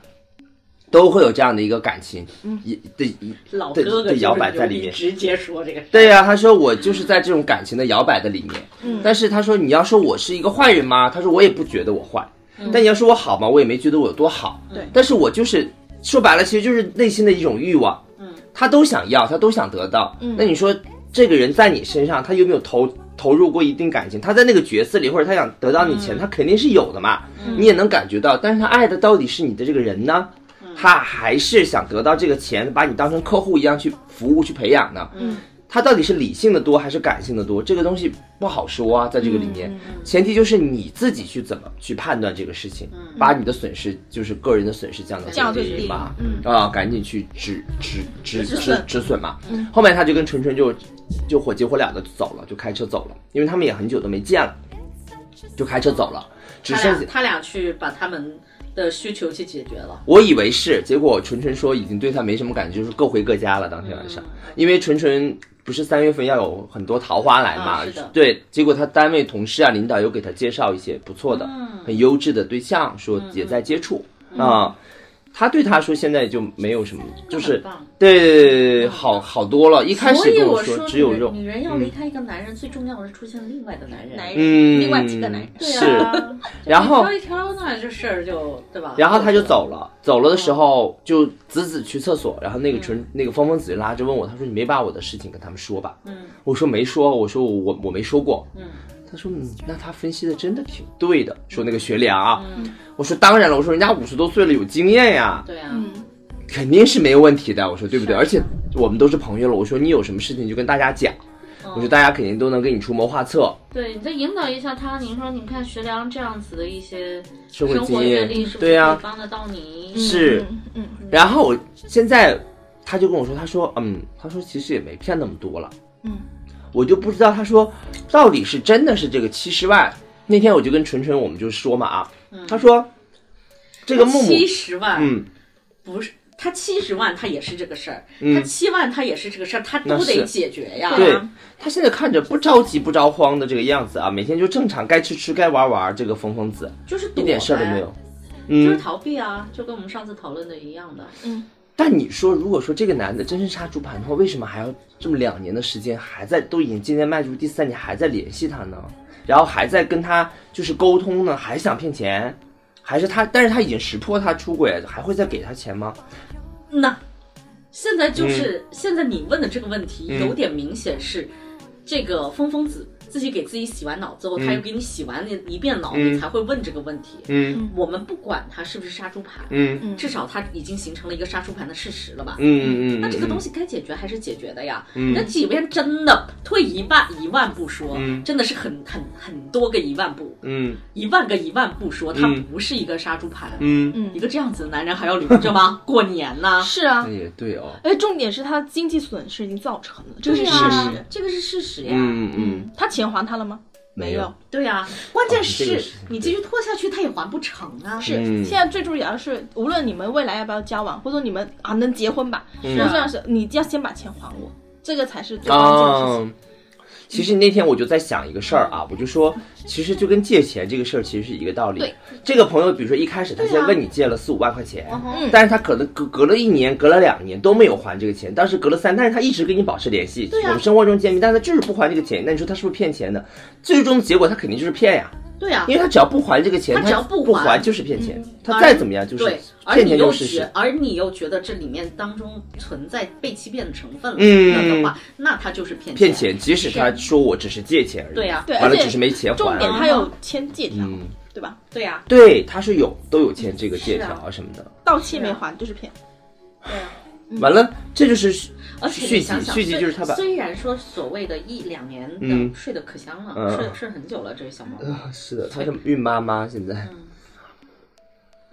S1: 都会有这样的一个感情，也对
S2: 老
S1: 对
S2: 哥哥
S1: 对摇摆
S2: 就是
S1: 在
S2: 牛
S1: 里
S2: 逼
S1: 面
S2: 直接说这个事儿。
S1: 对呀、他说我就是在这种感情的摇摆的里面，但是他说你要说我是一个坏人吗？他说我也不觉得我坏，但你要说我好吗？我也没觉得我有多好，
S2: 对
S1: 但是我就是说白了，其实就是内心的一种欲望，
S2: 嗯，
S1: 他都想要，他都想得到，那你说这个人在你身上，他有没有投投入过一定感情？他在那个角色里，或者他想得到你钱，他肯定是有的嘛，你也能感觉到，但是他爱的到底是你的这个人呢？他还是想得到这个钱，把你当成客户一样去服务、去培养呢。
S2: 嗯，
S1: 他到底是理性的多还是感性的多？这个东西不好说啊，在这个里面，前提就是你自己去怎么去判断这个事情，把你的损失就是个人的损失降到
S3: 降到
S1: 最
S3: 最
S1: 低
S3: 低
S1: 嘛，
S3: 嗯
S1: 啊，赶紧去止止止止
S2: 止损嗯
S1: 止损嘛。后面他就跟纯纯就就火急火燎的走了，就开车走了，因为他们也很久都没见了，就开车走了，只
S2: 他
S1: 剩
S2: 俩
S1: 下。
S2: 他俩去把他们的需求去解决了。
S1: 我以为是，结果纯纯说已经对他没什么感觉，就是各回各家了。当天晚上，
S2: 嗯
S1: 因为纯纯不是三月份要有很多桃花来嘛，
S2: 啊是的
S1: 对，结果他单位同事啊、领导有给他介绍一些不错的、
S2: 嗯
S1: 很优质的对象，说也在接触啊、他对他说现在就没有什么，就是
S2: 很棒
S1: 对对对对好好多了。一开
S2: 所
S1: 始
S2: 以
S1: 跟我
S2: 说，
S1: 只有肉，
S2: 女人要离开一个男人，最重要的是出现另外的男人。
S3: 男
S1: 嗯，
S3: 人，另外几个男人，
S2: 对
S1: 是
S2: 啊，
S1: 然后
S2: 挑一挑那这事儿就对吧？
S1: 然后他就走了，
S2: 嗯
S1: 走了的时候就子子去厕所，然后那个纯、那个芳芳子就拉着问我，他说你没把我的事情跟他们说吧？嗯，我说没说，我说我我没说过。嗯，他说嗯，那他分析的真的挺对的，说那个学良啊，我说当然了，我说人家五十多岁了有经验呀，
S2: 嗯对啊，
S1: 嗯肯定是没问题的，我说对不对？而且我们都是朋友了，我说你有什么事情就跟大家讲，
S2: 嗯
S1: 我说大家肯定都能给你出谋划策，
S2: 对，你再引导一下他。你说，你看学良这样子的一些
S1: 社会
S2: 生
S1: 经
S2: 活阅
S1: 验
S2: 历，是，不
S1: 嗯对
S2: 是
S1: 呀、
S2: 可以帮得到你？
S1: 是。
S3: 嗯嗯，
S1: 然后我现在他就跟我说，他说，嗯，他说其实也没骗那么多了，
S3: 嗯，
S1: 我就不知道他说到底是真的是这个七十万。那天我就跟纯纯我们就说嘛啊，他说这个木木，
S2: 七十万，
S1: 嗯，
S2: 不是他七十万，他也是这个事儿；他七万，他也是这个事儿，他
S1: 嗯那
S2: 都得
S1: 是
S2: 解决
S3: 嗯
S2: 呀。
S1: 对他现在看着不着急不着慌的这个样子啊，每天就正常该吃吃该玩玩，这个疯疯子
S2: 就是躲
S1: 一点事儿都
S2: 呗
S1: 没有。，
S2: 就是
S1: 嗯，
S2: 逃避啊，就跟我们上次讨论的一样的。
S1: 但你说如果说这个男的真是杀猪盘的话，为什么还要这么两年的时间还在都已经今年迈入第三年还在联系他呢？然后还在跟他就是沟通呢，还想骗钱，还是他？但是他已经识破他出轨，还会再给他钱吗？
S2: 那现在就是、
S1: 嗯
S2: 现在你问的这个问题，有点明显是、这个疯疯子自己给自己洗完脑之后，他又给你洗完那一遍脑，你才会问这个问题。
S1: 嗯
S2: 我们不管他是不是杀猪盘，
S1: 嗯
S2: 至少他已经形成了一个杀猪盘的事实了吧？
S1: 嗯嗯嗯。嗯
S2: 那这个东
S1: 西，
S2: 西该解决还是解决的呀。那即便真的退一万一万步说，真的是很很很多个一万步，
S1: 嗯
S2: 一万个一万步说，他
S1: 嗯
S2: 不是一个杀猪盘。
S1: 嗯，
S2: 一个这样子的男人还要留着吗？ 过年呢、
S3: 是啊
S1: 那，也对哦。
S3: 而且重点是他经济损失已经造成了，这个是
S2: 对
S3: 事
S2: 呀
S3: 实。
S2: 这个是事实呀。
S1: 啊嗯嗯，
S3: 他钱还他了吗？
S1: 没
S3: 有
S1: 有。
S2: 对呀、关键
S1: 哦这
S2: 是、
S1: 个是
S2: 你继续拖下去，他也还不成啊。
S3: 是，
S1: 嗯
S3: 现在最重要的是，无论你们未来要不要交往，或者你们啊能结婚吧，
S1: 嗯
S3: 最重要的是你要先把钱还我，这个才是最关键的事情。
S1: 啊。其实那天我就在想一个事儿啊，我就说，其实就跟借钱这个事儿其实是一个道理
S3: 对。
S1: 这个朋友，比如说一开始他先问你借了四五万块钱，
S2: 啊嗯
S1: 但是他可能隔隔了一年、隔了两年都没有还这个钱，当时隔了三，但是他一直跟你保持联系，
S2: 对啊
S1: 我们生活中见面，但是他就是不还这个钱，那你说他是不是骗钱的？最终结果他肯定就是骗呀，
S2: 对啊呀、
S1: 因为他只要不还这个钱，
S2: 他
S1: 他
S2: 只要不
S1: 不
S2: 还
S1: 就是骗钱，他
S2: 而
S1: 再怎么样就是
S2: 对，而
S1: 骗
S2: 你
S1: 钱
S2: 又
S1: 就是
S2: 觉
S1: 是，，
S2: 而你又觉得这里面当中存在被欺骗的成分了，
S1: 嗯
S2: 那的话，那他就是骗
S1: 骗。钱，即使他说我只是借钱而已，
S2: 对呀
S3: 对，
S1: 完
S3: 而
S1: 了
S3: 且
S1: 只是没钱还，
S3: 重点他
S2: 又
S3: 有签借条，
S1: 嗯
S3: 对吧？
S2: 对啊呀、
S1: 对，他是有都有签这个借条
S2: 是
S1: 啊什么的。
S3: 到期
S1: 啊
S3: 没还就是骗。
S2: 对呀、
S1: 完了，这就是续
S2: 而且
S1: 续
S2: 你
S1: 集
S2: 想，想，
S1: 续集就是他把
S2: 虽虽然说所谓的一两年
S1: 嗯
S2: 的睡得可香了，
S1: 嗯
S2: 睡睡很久了，这个小毛毛
S1: 啊是的，他是孕妈妈现在。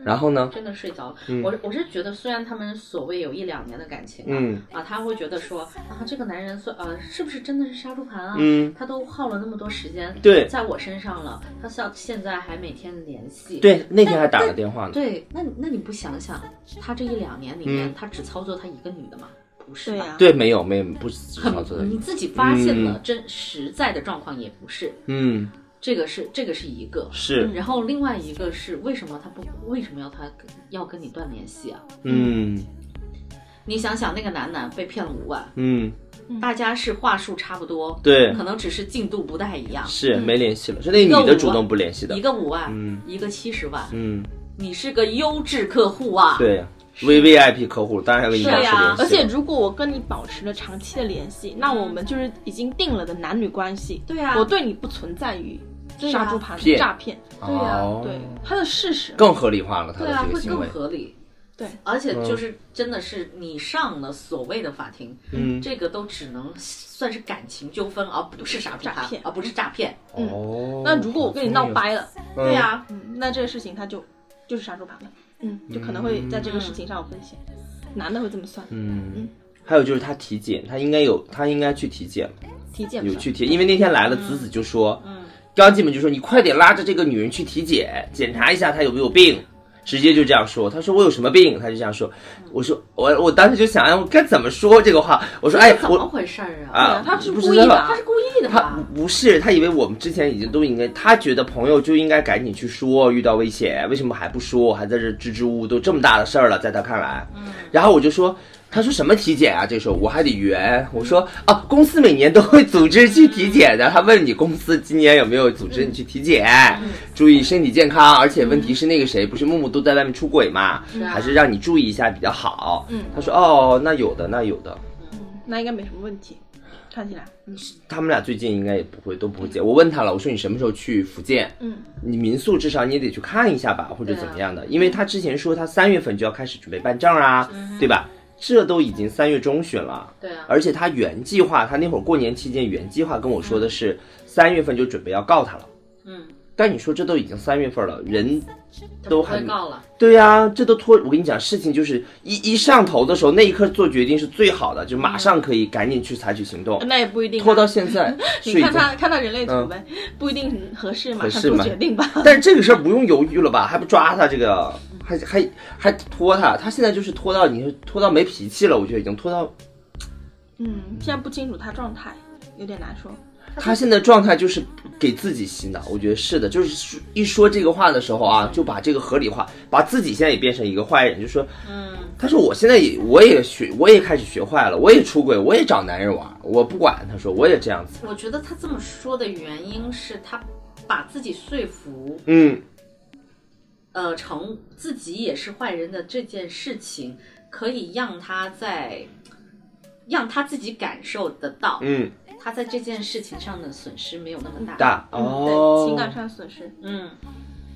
S1: 然后呢？
S2: 真的睡着了。
S1: 嗯
S2: 我是我是觉得，虽然他们所谓有一两年的感情、啊，
S1: 嗯
S2: 啊，他会觉得说啊，这个男人算呃，是不是真的是杀猪盘啊？
S1: 嗯，
S2: 他都耗了那么多时间，
S1: 对
S2: 在我身上了，他到现在还每天联系，
S1: 对，那天还打了电话呢。
S2: 对，那你那你不想想，他这一两年里
S1: 嗯
S2: 面，他只操作他一个女的吗？不是吧
S3: 对呀、
S1: 对，啊没有没有，不是只操作的
S2: 很，。你自己发现了真实在的状况也不是，
S1: 嗯，
S2: 这个是这个是一个，
S1: 是，
S2: 然后另外一个是为什么他不为什么要他跟要跟你断联系啊？
S1: 嗯
S2: 你想想那个男男被骗了五万，
S1: 嗯，
S2: 大家是话术差不多，
S1: 对，
S2: 可能只是进度不太一样，
S1: 是没联系了，是那个女的主动不联系的
S2: 一，个五万，一个七十万，
S1: 嗯，
S2: 你是个优质客户啊！，
S1: 对呀，V V I P 客户当然要跟你保持
S2: 是呀
S1: 联系，
S3: 啊而且如果我跟你保持了长期的联系，那我们就是已经定了的男女关系。
S2: 对啊
S3: 我对你不存在于
S2: 对啊
S3: 杀猪盘
S1: 骗
S3: 诈骗，
S1: 对
S2: 呀
S3: 对它的事实。
S1: 哦更合理化了他
S2: 对
S1: 的
S2: 啊，
S1: 这个
S2: 会
S1: 行为
S2: 更，合理。
S3: 对，
S2: 而且就是真的是你上了所谓的法庭，
S1: 嗯，
S2: 这个都只能算是感情纠纷，而不是啥
S3: 诈
S2: 骗
S3: 骗
S2: 而不是诈骗。
S3: 嗯
S1: 哦，
S3: 那如果我跟你闹掰了，
S1: 嗯，
S2: 对啊，
S3: 嗯，那这个事情它就就是杀猪盘了，嗯，就可能会在这个事情上有风险。男的会这么算，
S1: 嗯，还有就是他体检，他应该有，他应该去体检，
S3: 体检不
S1: 有
S3: 算
S1: 去体，因为那天来了，子子就说，
S2: 嗯
S1: 刚进门就说你快点拉着这个女人去体检，检查一下她有没有病。直接就这样说，他说我有什么病，他就这样说。我说我我当时就想，哎，我该怎么说这个话？我说，哎，
S2: 怎么
S1: 我
S2: 回事儿啊？
S1: 啊，
S3: 他是
S1: 不
S3: 故意
S1: 知道
S3: 的
S2: 他是故意的
S1: 他
S2: 吧？
S1: 不是，他以为我们之前已经都应该，他觉得朋友就应该赶紧去说，遇到危险为什么还不说，还在这支支吾吾，都这么大的事儿了，在他看来，然后我就说。他说什么体检啊？这时候我还得圆。我说啊，公司每年都会组织去体检的。他问你公司今年有没有组织你去体检，注意身体健康。而且问题是那个谁，不是木木都在外面出轨嘛，
S2: 啊
S1: 还是让你注意一下比较好。
S3: 嗯
S1: 他说哦，那有的，那有的。
S3: 那应该没什么问题。看起来，嗯
S1: 他们俩最近应该也不会都不会见。我问他了，我说你什么时候去福建？
S3: 嗯，啊
S1: 你民宿至少你也得去看一下吧，或者怎么样的？因为他之前说他三月份就要开始准备办证啊，
S3: 嗯
S1: 对吧？这都已经三月中旬了，
S2: 对啊，
S1: 而且他原计划，他那会儿过年期间原计划跟我说的是
S3: 嗯
S1: 三月份就准备要告他了。
S2: 嗯，
S1: 但你说这都已经三月份了，人
S2: 他
S1: 都
S2: 不
S1: 还
S2: 会告了。
S1: 对呀、这都拖。我跟你讲，事情就是一一上头的时候，那一刻做决定是最好的，就马上可以赶紧去采取行动。
S3: 那也不一定啊。
S1: 拖到现在，睡
S3: 你
S1: 一
S3: 看
S1: 觉。
S3: 他看他人类图呗，不一定合适，马
S1: 嗯
S3: 上
S1: 合适
S3: 做
S1: 吗
S3: 决定吧。
S1: 但是这个事儿不用犹豫了吧？还不抓他这个，还还还拖他，他现在就是拖到你拖到没脾气了，我觉得已经拖到
S3: 嗯，现在不清楚他状态，有点难说。
S1: 他现在状态就是给自己洗脑，我觉得是的，就是说一说这个话的时候啊，就把这个合理化，把自己现在也变成一个坏人，就说，嗯，他说我现在也我也学我也开始学坏了，我也出轨，我也找男人玩，我不管，他说我也这样子，
S2: 我觉得他这么说的原因是他把自己说服，
S1: 嗯，
S2: 呃，成自己也是坏人的这件事情，可以让他在让他自己感受得到，
S1: 嗯，
S2: 他在这件事情上的损失没有那么大。
S1: 大哦
S3: 嗯对，，情感上损失。
S2: 嗯，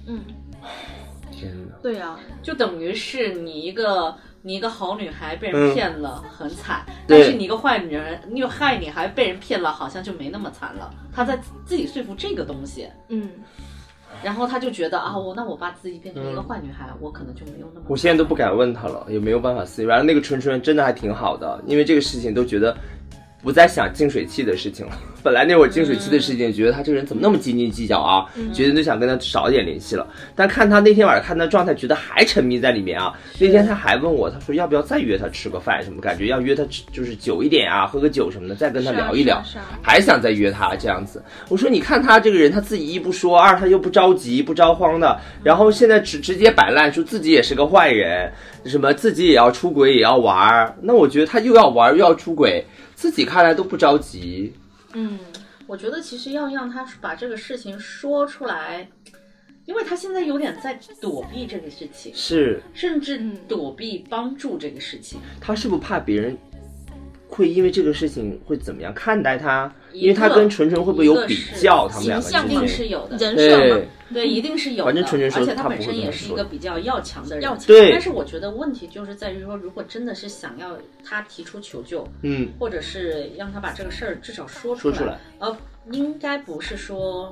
S3: 嗯，
S1: 天哪，
S3: 对啊，
S2: 就等于是你一个你一个好女孩被人骗了，很惨；
S1: 嗯对
S2: 但是你一个坏女人，你有害女孩被人骗了，好像就没那么惨了。她在自己说服这个东西，
S3: 嗯，
S2: 然后她就觉得啊，我那我把自己变成一个坏女孩，我可能就没有那么。
S1: 嗯我现在都不敢问他了，也没有办法思议。完了，那个春春真的还挺好的，因为这个事情都觉得不再想净水器的事情了。 本来那会儿净水
S3: 嗯
S1: 器的事情，觉得他这个人怎么那么斤斤计较啊，觉得就想跟他少一点联系了。但看他那天晚上看他状态，觉得还沉迷在里面啊。那天他还问我，他说要不要再约他吃个饭什么，感觉要约他吃就是久一点啊，喝个酒什么的，再跟他
S3: 是啊
S1: 聊一聊。
S3: 是啊是啊
S1: 还想再约他这样子。我说你看他这个人，他自己一不说，二他又不着急不着慌的，然后现在直直接摆烂，说自己也是个坏人，什么自己也要出轨也要玩儿。那我觉得他又要玩儿又要出轨，自己看来都不着急。
S3: 嗯，
S2: 我觉得其实要让她把这个事情说出来，因为她现在有点在躲避这个事情，
S1: 是
S2: 甚至
S3: 嗯
S2: 躲避帮助这个事情。
S1: 他是不是怕别人会因为这个事情会怎么样看待他？
S2: 一
S1: 因为他
S2: 个
S1: 跟纯纯会不会有
S2: 一个
S1: 比
S2: 是
S1: 较？他们两个
S3: 形象
S2: 一
S1: 之
S2: 定
S1: 间
S2: 是有的，
S3: 人设嘛
S1: 对，，
S2: 对，一定是有的。
S1: 反正纯纯说
S2: 而且
S1: 他不
S2: 他本
S1: 会
S2: 身
S1: 跟
S2: 也
S1: 人
S2: 是一
S1: 说
S2: 个比较要强的人，
S3: 要强
S1: 对
S2: 但是我觉得问题就是在于说，如果真的是想要他提出求救，
S1: 嗯，
S2: 或者是让他把这个事儿至少说
S1: 说
S2: 出来，
S1: 出来
S2: 呃，应该不是说。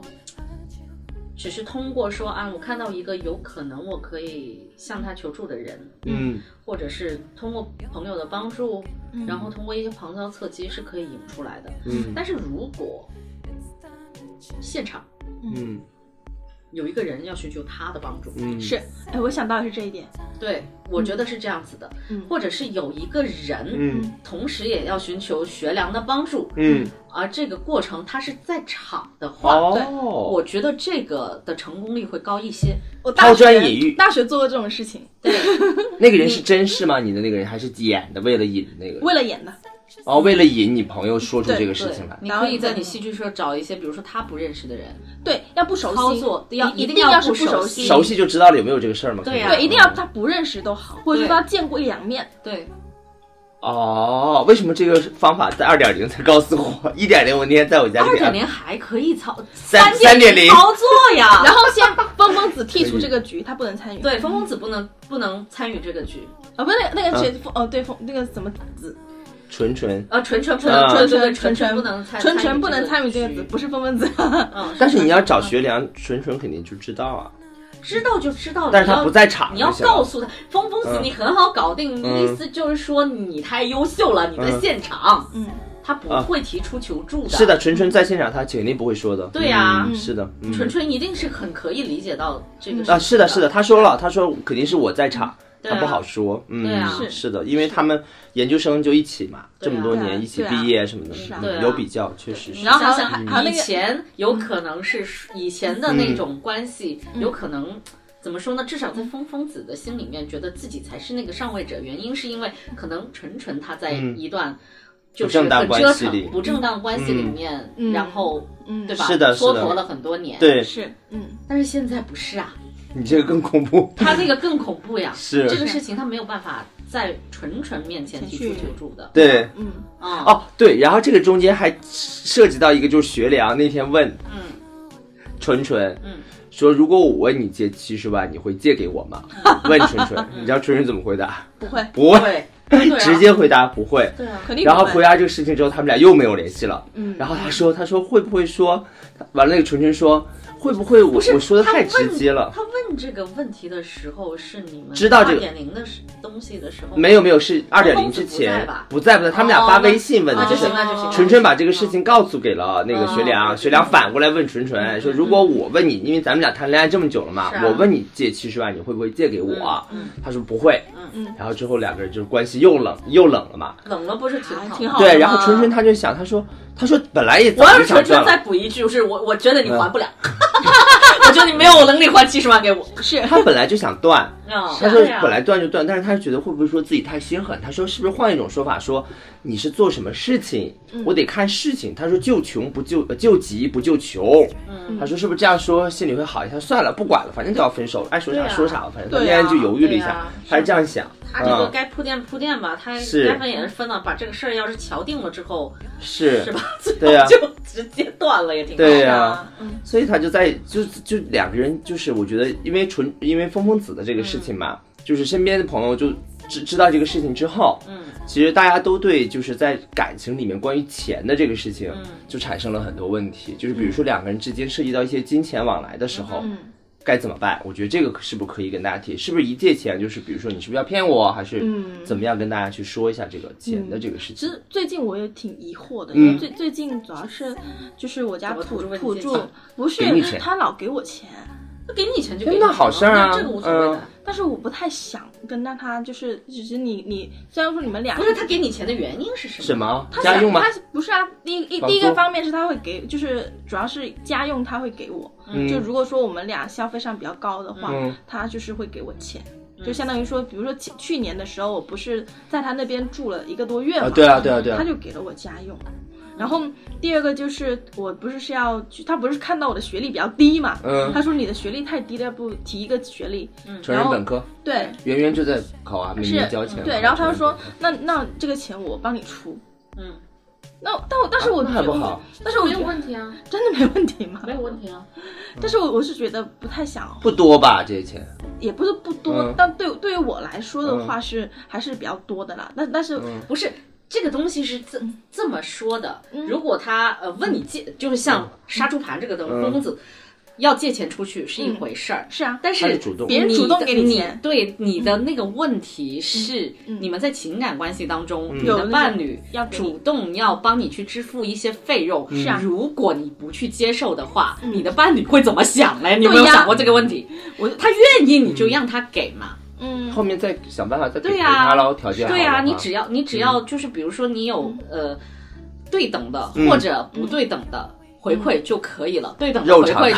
S2: 只是通过说啊，我看到一个有可能我可以向他求助的人，
S1: 嗯，
S2: 或者是通过朋友的帮助，然后通过一些旁敲侧击是可以引出来的。
S1: 嗯
S2: 但是如果现场
S1: 嗯，
S2: 有一个人要寻求他的帮助。
S1: 嗯，
S3: 是，哎，我想到的是这一点，
S2: 对，我觉得是这样子的，
S3: 嗯
S2: 或者是有一个人，
S1: 嗯
S2: 同时也要寻求学良的帮助，
S1: 嗯，
S2: 而啊这个过程他是在场的话，对，
S1: 哦，
S2: 我觉得这个的成功率会高一些。
S3: 我大
S1: 抛砖
S3: 学
S1: 引玉，
S3: 大学做过这种事情，
S1: 那个人
S2: 嗯
S1: 是真是吗？你的那个人还是演的，为了引那个人
S3: 为了演的，
S1: 哦，为了引你朋友说出
S3: 对
S1: 这个事
S2: 对
S1: 情来，。
S2: 你
S3: 然后
S2: 可以
S3: 你再
S2: 在你戏剧社找一些，比如说他不认识的人，
S3: 对，要不熟
S2: 操
S3: 悉，
S2: 作要
S3: 一
S2: 一
S3: 定
S2: 定要
S3: 要是
S2: 不熟
S3: 熟
S2: 悉
S1: 熟悉就知道了有没有这个事儿吗？
S2: 对呀
S1: 可能
S3: 对，一定要
S1: 嗯
S3: 他不认识都好，或者
S2: 对
S3: 说他见过一两面，
S1: 哎
S2: 对，
S1: 哦，为什么这个方法在二点零才告诉我？一点零我那天在我家就
S2: 二
S1: 给
S2: 点零还可以操，
S1: 啊三三点零
S2: 操作呀。
S3: 然后先风风子剔除这个局，他不能参与。
S2: 对，风公子不能不能参与这个局，
S3: 啊，不是那个谁，哦，对，风那个什么子，
S1: 纯纯。
S2: 呃，纯纯不
S1: 啊
S2: 能，对对对，
S3: 纯
S2: 纯
S3: 纯
S2: 不能参，
S3: 纯纯不能参与这
S2: 这
S3: 个
S2: 局
S3: 子，，不是风风子，
S2: 嗯，
S1: 但是你要找学良，纯纯肯定就知道啊，
S2: 知道就知道了，
S1: 但是他
S2: 你要
S1: 不在场
S2: 你
S1: 就
S2: 要
S1: 行了。
S2: 告诉他，风风子
S1: 嗯
S2: 你很好搞定，
S1: 嗯
S2: 意思就是说你太优秀了，你在现场，
S3: 嗯，
S2: 他不
S1: 啊
S2: 会提出求助的。
S1: 是，的，纯纯在现场，他肯定不会说的。
S2: 对呀
S1: 嗯是的，嗯
S2: 纯纯一定是很可以理解到这个
S3: 嗯
S2: 事
S1: 啊，
S2: 情
S1: 是的，是的，，他说了，他说肯定是我在场，
S2: 啊对
S1: 他
S2: 啊
S1: 不好说。嗯
S2: 对啊，
S1: 是
S3: 是
S1: 的，因为他们研究生就一起嘛，
S2: 对
S1: 这
S2: 啊
S1: 么多
S3: 对啊
S1: 年一起
S3: 对啊
S1: 毕业什么的
S3: 是啊，
S2: 对
S1: 嗯
S2: 啊
S1: 有比较，确实是
S2: 你。要想
S3: 还有
S2: 想，
S3: 那个
S2: 以前有嗯可能是以前的那种关系，有可能怎么说呢？至少在风风子的心里面，觉得自己才是那个上位者。原因是因为可能纯纯他在
S1: 嗯
S2: 一段就是
S1: 不正
S2: 很
S1: 当关
S2: 折
S1: 系里
S2: 腾、不正当关系里面，
S3: 嗯
S2: 然后
S3: 嗯
S2: 对吧？
S1: 是的是
S2: 蹉
S1: 的
S2: 跎了很多年。，
S1: 对
S3: 是，嗯，
S2: 但是现在不是啊，
S1: 你这个更恐怖。
S2: 他那个更恐怖呀。
S1: 是
S2: 这个事情，他没有办法在纯纯面前提出求助的。
S1: 对，
S3: 嗯，
S2: 啊，
S1: 哦，对，然后这个中间还涉及到一个，就是学良那天问
S2: 嗯
S1: 纯纯，
S2: 嗯，
S1: 说如果我问你借七十万，你会借给我 吗？问纯纯，你知道纯纯怎么回答？
S3: 不会，
S1: 不会，
S2: 对，对啊
S1: 直接回答不会。
S2: 对啊，
S3: 肯定不
S1: 然
S3: 会。
S1: 后回答这个事情之后，他们俩又没有联系了。
S3: 嗯
S1: 然后他说，他说会不会说，完了那个纯纯说，会不会我
S2: 不是
S1: 我说的
S2: 他
S1: 太
S2: 问
S1: 直接了？
S2: 他问这个问题的时候，是你们
S1: 知道这个
S2: 点零的时东西的时候
S1: 没有没有，是二点零
S2: 公子
S1: 之
S2: 不在
S1: 前
S2: 吧
S1: 不在不在，他们俩发
S2: 哦那
S1: 微信问的，
S2: 那
S1: 就
S2: 就是行了，就行了。
S1: 纯纯把这个事情告诉给了那个学良，
S2: 哦嗯
S1: 学良反过来问纯纯说：“如果我问你，因为咱们俩谈恋爱这么久了嘛
S2: 是，啊
S1: 我问你借七十万，你会不会借给我？”
S2: 嗯
S1: 他说不会。
S2: 嗯
S3: 嗯
S1: 然后之后两个人就是关系又冷又冷了嘛。
S2: 冷了不是挺好？
S3: 挺好
S1: 对，
S3: 的
S1: 然后
S3: 嘛
S1: 纯纯他就想，他说他说本来也
S2: 哦啊
S1: 早
S2: 我要
S1: 就是想
S2: 纯
S1: 赚
S2: 纯再
S1: 了，嗯
S2: 补一句，是我我觉得你还不了， 我觉得你没有能力还七十万给我。
S3: 是，
S1: 他本来就想断，
S2: 啊，
S1: 他说
S2: 对啊
S1: 本来断就断，但是他觉得会不会说自己太心狠？他说是不是换一种说法，说你是做什么事情，
S2: 嗯
S1: 我得看事情。他说救穷不救呃救急不救穷，
S2: 嗯
S1: 他说是不是这样说心里会好一些？算了，不管了，反正都要分手了，爱说啥
S2: 对啊
S1: 说啥吧，反正他
S3: 对
S1: 恋爱就
S3: 啊
S1: 犹豫了一
S2: 对
S1: 下
S2: 啊，
S1: 他是这样想，
S2: 他这个
S1: 嗯，
S2: 该铺垫铺垫吧，他
S1: 是
S2: 该分也是分了，把这个事儿要是敲定了之后，
S1: 是
S2: 是吧？最
S1: 对啊
S2: 后就直接断了也挺好。
S1: 对呀、
S3: 啊嗯
S1: 所以他就在就就两个人就是我觉得因为纯因为峰峰子的这个事情嘛，
S3: 嗯
S1: 就是身边的朋友就知知道这个事情之后，
S2: 嗯，
S1: 其实大家都对就是在感情里面关于钱的这个事
S3: 嗯
S1: 情，就产生了很多问题，就是比如说两个人之间涉及到一些金钱往来的时候，
S3: 嗯
S1: 该怎么办？我觉得这个是不是可以跟大家提？是不是一借钱就是比如说你是不是要骗我，还是
S3: 嗯
S1: 怎么样跟大家去说一下这个钱的这个事
S3: 其
S1: 情？
S3: 实最近我也挺疑惑的，
S1: 嗯
S3: 因为最最近主要是就是我家
S2: 怎么
S3: 土
S2: 土著问
S3: 土
S2: 你借
S3: 著
S2: 钱
S3: 不
S1: 给你钱
S3: 是他老给我钱，
S2: 就给你钱就给你
S1: 那
S2: 钱
S1: 好
S2: 了
S1: 事儿啊
S2: 那这个无所谓的
S1: 嗯。
S3: 但是我不太想跟让他就是只是你你虽然说你们俩
S2: 不是他给你钱的原因是什么？
S1: 什？么
S3: 他想
S1: 家用吗？
S3: 他不是啊，第一一
S1: 房租
S3: 第一个方面是他会给，就是主要是家用他会给我。
S1: 嗯
S3: 就如果说我们俩消费上比较高的话，
S1: 嗯
S3: 他就是会给我钱。就相当于说，比如说去去年的时候，我不是在他那边住了一个多月嘛，
S1: 啊，对啊，对啊，对啊
S3: 他，就给了我家用。然后第二个就是，我不是是要去，他不是看到我的学历比较低嘛，
S1: 嗯
S3: 他说你的学历太低了，要不提一个学历，
S1: 成人本科，
S3: 对，
S1: 圆圆就在考啊，明明交钱。
S3: 对，然后他就说，那那这个钱我帮你出，
S2: 嗯，
S3: 那但我但是我
S1: 那
S3: 觉
S1: 还
S3: 得
S1: 不好，
S3: 但是我
S2: 没
S3: 觉
S2: 有
S3: 得
S2: 问题啊，
S3: 真的没问题嘛，
S2: 没有问题啊。
S3: 但是我我是觉得不太想，
S1: 不多吧？这些钱，
S3: 也不是不多，
S1: 嗯
S3: 但对对于我来说的话是、还是比较多的啦。但但是、
S1: 嗯
S2: 不是这个东西是这
S3: 嗯
S1: 嗯
S2: 这么说的，如果他呃问你借，就是像杀猪盘这个东西，公子。要借钱出去是一回事儿，
S3: 是啊，
S2: 但
S1: 嗯他
S2: 是
S1: 是主动嗯
S3: 别人
S2: 你
S3: 主动给
S2: 的
S3: 你
S2: 你
S3: 钱
S2: 对你的那个问题是，
S3: 嗯
S2: 你们在情感关系当
S1: 嗯
S2: 中，你
S3: 有那
S2: 的
S3: 个
S2: 伴侣
S3: 要给你
S2: 主动要帮你去支付一些费用，
S1: 嗯
S3: 是啊
S2: 如果你不去接受的话，你的伴侣会怎么想嘞？你有没有
S3: 嗯对呀
S2: 想过这个问题？
S3: 我
S2: 他愿意你就让他给嘛，
S3: 嗯，
S1: 后面再想办法再给
S2: 对
S1: 给
S2: 呀
S1: 他喽，条啊件好
S2: 对呀、
S1: 的嗯
S2: 你
S1: 话
S2: 只要你只要就是比如说你有、呃对等的
S1: 嗯
S2: 或者不对等的。回馈就可以了，对等的
S1: 肉
S2: 回
S1: 偿
S2: 馈，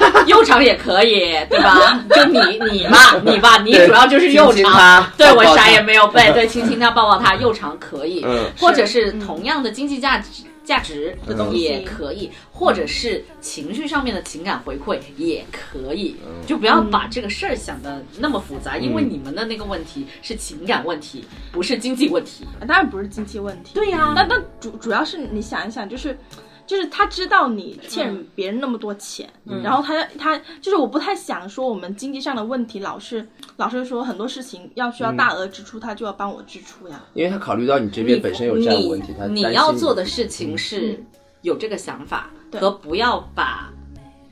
S2: 肉偿也 可以，对吧？就你你嘛，你吧，你
S1: 对
S2: 主要就是肉
S1: 亲亲
S2: 偿
S1: 他，
S2: 对
S1: 抱
S2: 我
S1: 抱
S2: 啥
S1: 他
S2: 也没有 背，对亲亲他，抱抱他，肉偿可以，
S1: 嗯
S2: 或者是同样的经济价值价值
S1: 的东
S3: 西
S2: 也可以，或者是情绪上面的情感回馈也可以，就不要把这个事儿想的那么复杂，因为你们的那个问题是情感问题，不是经济问题。
S3: 当然不是经济问题，
S2: 对呀、
S3: 那那主主要是你想一想，就是就是他知道你
S2: 嗯
S3: 欠别人那么多钱，然后他他就是我不太想说我们经济上的问题，老是老是说很多事情要
S1: 嗯
S3: 需要大额支出，他就要帮我支出呀。
S1: 因为他考虑到你这边本身有债务问题，他
S2: 你
S1: 担
S2: 你
S1: 心
S2: 要
S1: 你
S2: 做的事情是有这个想法，
S3: 嗯对嗯
S2: 和不要把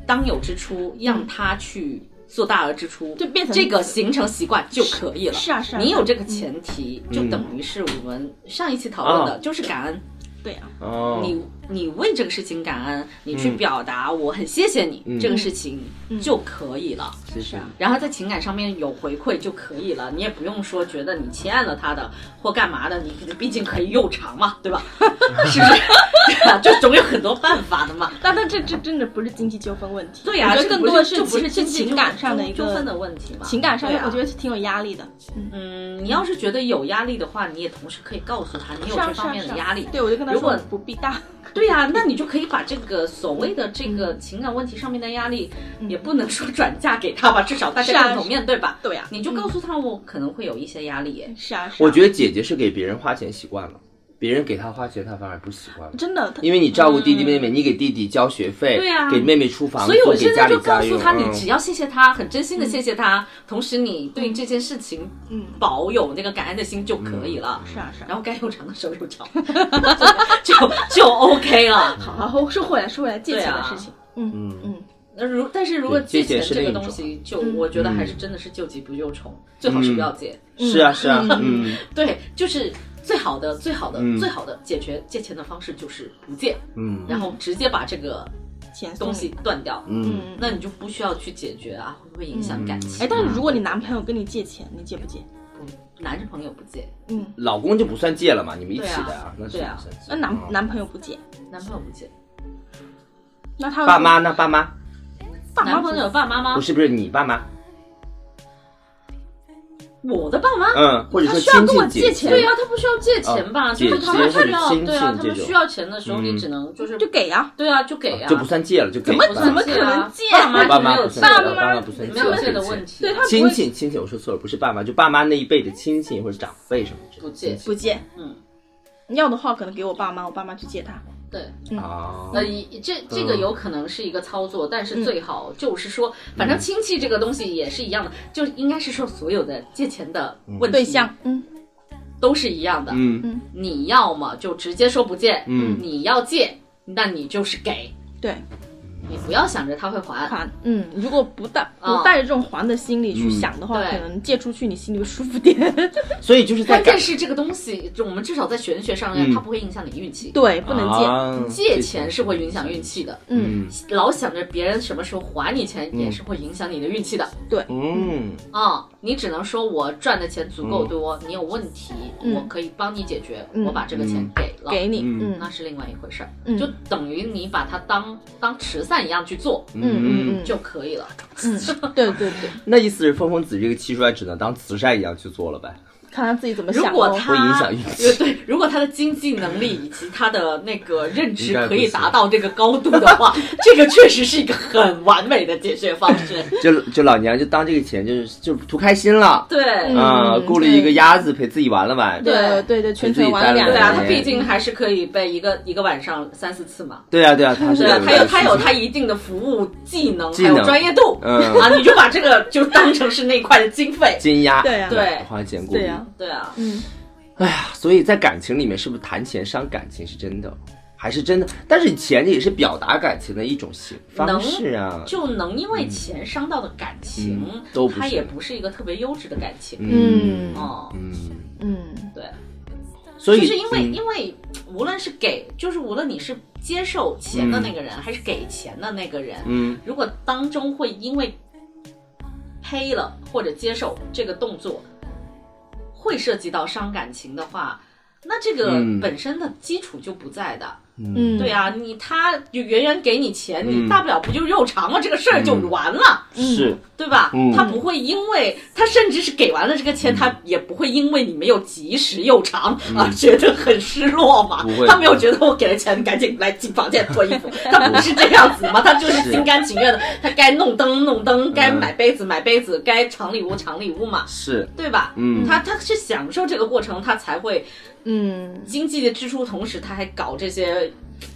S2: 当有支出让他去做大额支出，
S3: 就变成
S2: 这个形成习惯就可以了。
S3: 是啊是啊嗯
S2: 你有这个前提，就
S1: 嗯
S2: 等于是我们上一期讨论的，
S1: 啊
S2: 就是感恩。
S3: 对呀、
S1: 哦，嗯
S2: 你你为这个事情感恩，你去表达我很谢谢你这个事情
S3: 嗯
S2: 就可以了。
S1: 其实
S3: 啊
S2: 然后在情感上面有回馈就可以了，你也不用说觉得你欠了他的或干嘛的，你你毕竟可以又偿嘛，对吧？ 是不是？ 对吧？就总有很多办法的 嘛。
S3: 但但这这真的不是经济纠纷问题，
S2: 对呀、
S3: 我觉得
S2: 这个
S3: 更
S2: 不
S3: 多的
S2: 是这不是
S3: 啊情是情感上的一
S2: 纠纷的
S3: 个
S2: 问题嘛？
S3: 情感上
S2: 对
S3: 面，
S2: 啊
S3: 我觉得挺有压力的。
S2: 嗯，你要是觉得有压力的话，你也同时可以告诉他你有
S3: 是啊
S2: 这
S3: 是
S2: 方
S3: 啊
S2: 面
S3: 是
S2: 的
S3: 啊
S2: 压力。
S3: 对我就跟他
S2: 如果
S3: 说不必大，
S2: 对呀、那你就可以把这个所谓的这个情感问题上面的压力，也不能说转嫁给他吧，至少大
S3: 是
S2: 家
S3: 啊
S2: 共同面对吧。
S3: 对呀
S2: 你就告诉他我可能会有一些压力耶。
S3: 是啊是啊，
S1: 我觉得姐姐是给别人花钱习惯了，别人给她花钱，她反而不习惯了。
S3: 真的他
S1: 因为你照顾弟弟妹妹，你给弟弟交学费，
S2: 对啊
S1: 给妹妹出房租，
S2: 所以我
S1: 给
S2: 现
S1: 家
S2: 在
S1: 里
S2: 就告
S1: 家
S2: 诉
S1: 用。
S2: 他，你
S1: 嗯
S2: 只要谢谢他，很真心的谢谢他，同时你对这件事情
S3: 嗯
S2: 保有那个感恩的心就可以了。
S1: 嗯
S3: 是啊是啊。
S2: 然后该有偿的时候有偿，就就 OK 了。
S3: 好，然后说回来说回来借钱的
S2: 啊
S3: 事情，嗯
S1: 嗯
S3: 嗯，
S2: 那如但是如果
S1: 对
S2: 借
S1: 借
S2: 钱
S1: 钱是
S2: 这个
S1: 另一种
S2: 东西，就
S3: 嗯
S2: 我觉得还是真的是救急不救穷，最好是不要借。
S1: 是啊是啊，嗯，
S2: 对，就是最好的、最好的、
S1: 嗯
S2: 最好的解决借钱的方式就是不借，
S1: 嗯
S2: 然后直接把这个
S3: 钱送
S2: 东
S3: 你
S2: 西断掉。
S1: 嗯，
S3: 嗯。
S2: 那你就不需要去解决啊，会不会影响感情？
S3: 哎，但是如果你男朋友跟你借钱，你借不借？
S2: 嗯男朋友不借，
S3: 嗯，
S1: 老公就不算借了嘛，你们一起的啊，
S2: 对啊
S1: 那是
S2: 对啊
S1: 不算借
S3: 那男、
S1: 嗯
S3: 男朋友不借，
S2: 男朋友不借，
S3: 那他
S1: 爸妈呢？爸妈
S3: 爸妈
S2: 男
S3: 不
S2: 朋友有爸妈吗
S3: 啊
S1: 不？是不是你爸妈，
S2: 我的爸妈，
S1: 嗯，或者
S3: 他
S1: 说
S3: 需要
S1: 亲
S3: 跟我
S1: 戚
S3: 借
S1: 姐
S3: 钱
S2: 对呀、他不需要借钱吧？
S1: 哦
S2: 就是
S1: 姐
S2: 他们
S1: 姐或者
S2: 需要，
S1: 亲戚
S2: 对啊，他
S1: 这
S2: 们
S1: 种
S2: 需要钱的时候，
S1: 嗯
S2: 你只能就是
S3: 就给啊，
S2: 对啊，就给啊，
S1: 就不算借了，就给
S3: 怎么
S1: 了
S3: 怎么可能借啊
S2: 爸
S1: 爸
S2: 妈
S1: 妈
S2: 就没有
S1: 不
S2: 借
S1: 算
S3: 爸
S1: 借
S3: 妈
S1: 了，爸妈不算
S2: 没
S1: 借
S2: 有
S1: 了，
S2: 借的
S1: 对
S2: 问题，啊
S3: 对啊他
S1: 亲戚亲戚，我说错了，不是爸妈，就爸妈那一辈的亲戚或者长辈什么之类的
S2: 不借
S3: 不借。
S2: 嗯，
S3: 要的话可能给我爸妈，我爸妈去借他。
S2: 对。
S1: 啊，
S2: 呃，一这这
S1: 嗯
S2: 个有可能是一个操作，但
S3: 嗯
S2: 是最好就是说，
S1: 嗯
S2: 反正亲戚这个东西也是一样的，就应该是说所有的借钱的问题
S3: 对象，嗯，
S2: 都是一样的。
S1: 嗯
S2: 你要么就直接说不借，
S1: 嗯
S2: 你要借，那你就是给，
S3: 对，
S2: 你不要想着他会还。
S3: 还，嗯，如果不带
S2: 啊
S3: 不带着这种还的心理去
S1: 嗯
S3: 想的话，
S2: 对
S3: 可能借出去你心里会舒服点。
S1: 所以就是在
S2: 关
S1: 感
S2: 键是这个东西，就我们至少在玄学上面，
S1: 嗯
S2: 它不会影响你运气。
S3: 对，不能借。
S1: 啊
S2: 借钱是会影响运气的，
S3: 嗯，
S2: 老想着别人什么时候还你钱，也是会影响你的运气的。
S3: 对，
S1: 嗯，
S2: 啊、你只能说我赚的钱足够多，你有问题，
S3: 嗯
S2: 我可以帮你解决，
S3: 嗯
S2: 我把这个钱给了，
S3: 给你，
S1: 嗯
S3: 嗯
S2: 那是另外一回事儿，
S3: 嗯
S2: 就等于你把它当当慈善一样去做、
S3: 嗯嗯嗯
S2: 就可以了。
S3: 嗯，对对对，
S1: 那意思是风风子这个七衰只能当慈善一样去做了呗？
S3: 看他自己怎么
S2: 如
S3: 想哦咯。
S2: 果
S1: 不影
S2: 他
S1: 响运气
S2: 对对，如果他的经济能力以及他的那个认知
S1: 应该不
S2: 可以
S1: 行
S2: 达到这个高度的 话，这个确实是一个很完美的解决方式。
S3: 嗯
S1: 就就老娘就当这个钱就是就图开心了，
S2: 对，
S3: 嗯
S1: 啊，雇了一个鸭子陪自己玩了玩，
S3: 对对对，全程玩了两
S1: 自
S2: 对
S1: 己
S2: 啊，
S1: 带了
S2: 他
S1: 两
S2: 毕
S1: 年
S3: 年。
S2: 竟还是可以被一个一个晚上三四次嘛。
S1: 对啊对啊，他是
S2: 对啊，他有他有
S1: 他。
S2: 他一定的服务技能，
S1: 技
S2: 还有
S1: 能
S2: 专业度，
S1: 嗯
S2: 啊，你就把这个就当成是那块的经费。
S1: 金鸭，
S3: 对啊
S2: 对
S1: 花钱过 哎
S3: 对
S1: 敏
S3: 呀，
S2: 对啊，
S3: 嗯，
S1: 所以在感情里面，是不是谈钱伤感情是真的？还是真的，但是钱也是表达感情的一种形方式啊。
S2: 就能因为钱伤到的感情，
S1: 嗯都不是
S2: 它也不是一个特别优质的感情。
S3: 嗯
S2: 哦，
S1: 嗯，
S3: 嗯
S2: 对，
S1: 所以
S2: 就是因为、
S1: 嗯
S2: 因为无论是给，就是无论你是接受钱的那个人，还是给钱的那个人，
S1: 嗯
S2: 如果当中会因为呸了或者接受这个动作，会涉及到伤感情的话，那这个
S1: 嗯
S2: 本身的基础就不在的。
S3: 嗯，
S2: 对啊，你他就远远给你钱，
S1: 嗯
S2: 你大不了不就肉偿嘛，这个事儿就完了，
S1: 是
S2: 对吧？
S1: 嗯
S2: 他不会因为他甚至是给完了这个钱，他也不会因为你没有及时又偿而觉得很失落嘛
S1: 嗯不会。
S2: 他没有觉得我给了钱，赶紧来进房间脱衣 服，他不是这样子嘛？他就是
S1: 是
S2: 心甘情愿的，他该弄灯弄灯，该
S1: 嗯
S2: 买杯子买杯子，该藏礼物藏礼物嘛，
S1: 是，
S2: 对吧？
S1: 嗯
S2: 他他是享受这个过程，他才会
S3: 嗯，
S2: 经济的支出，同时他还搞这些，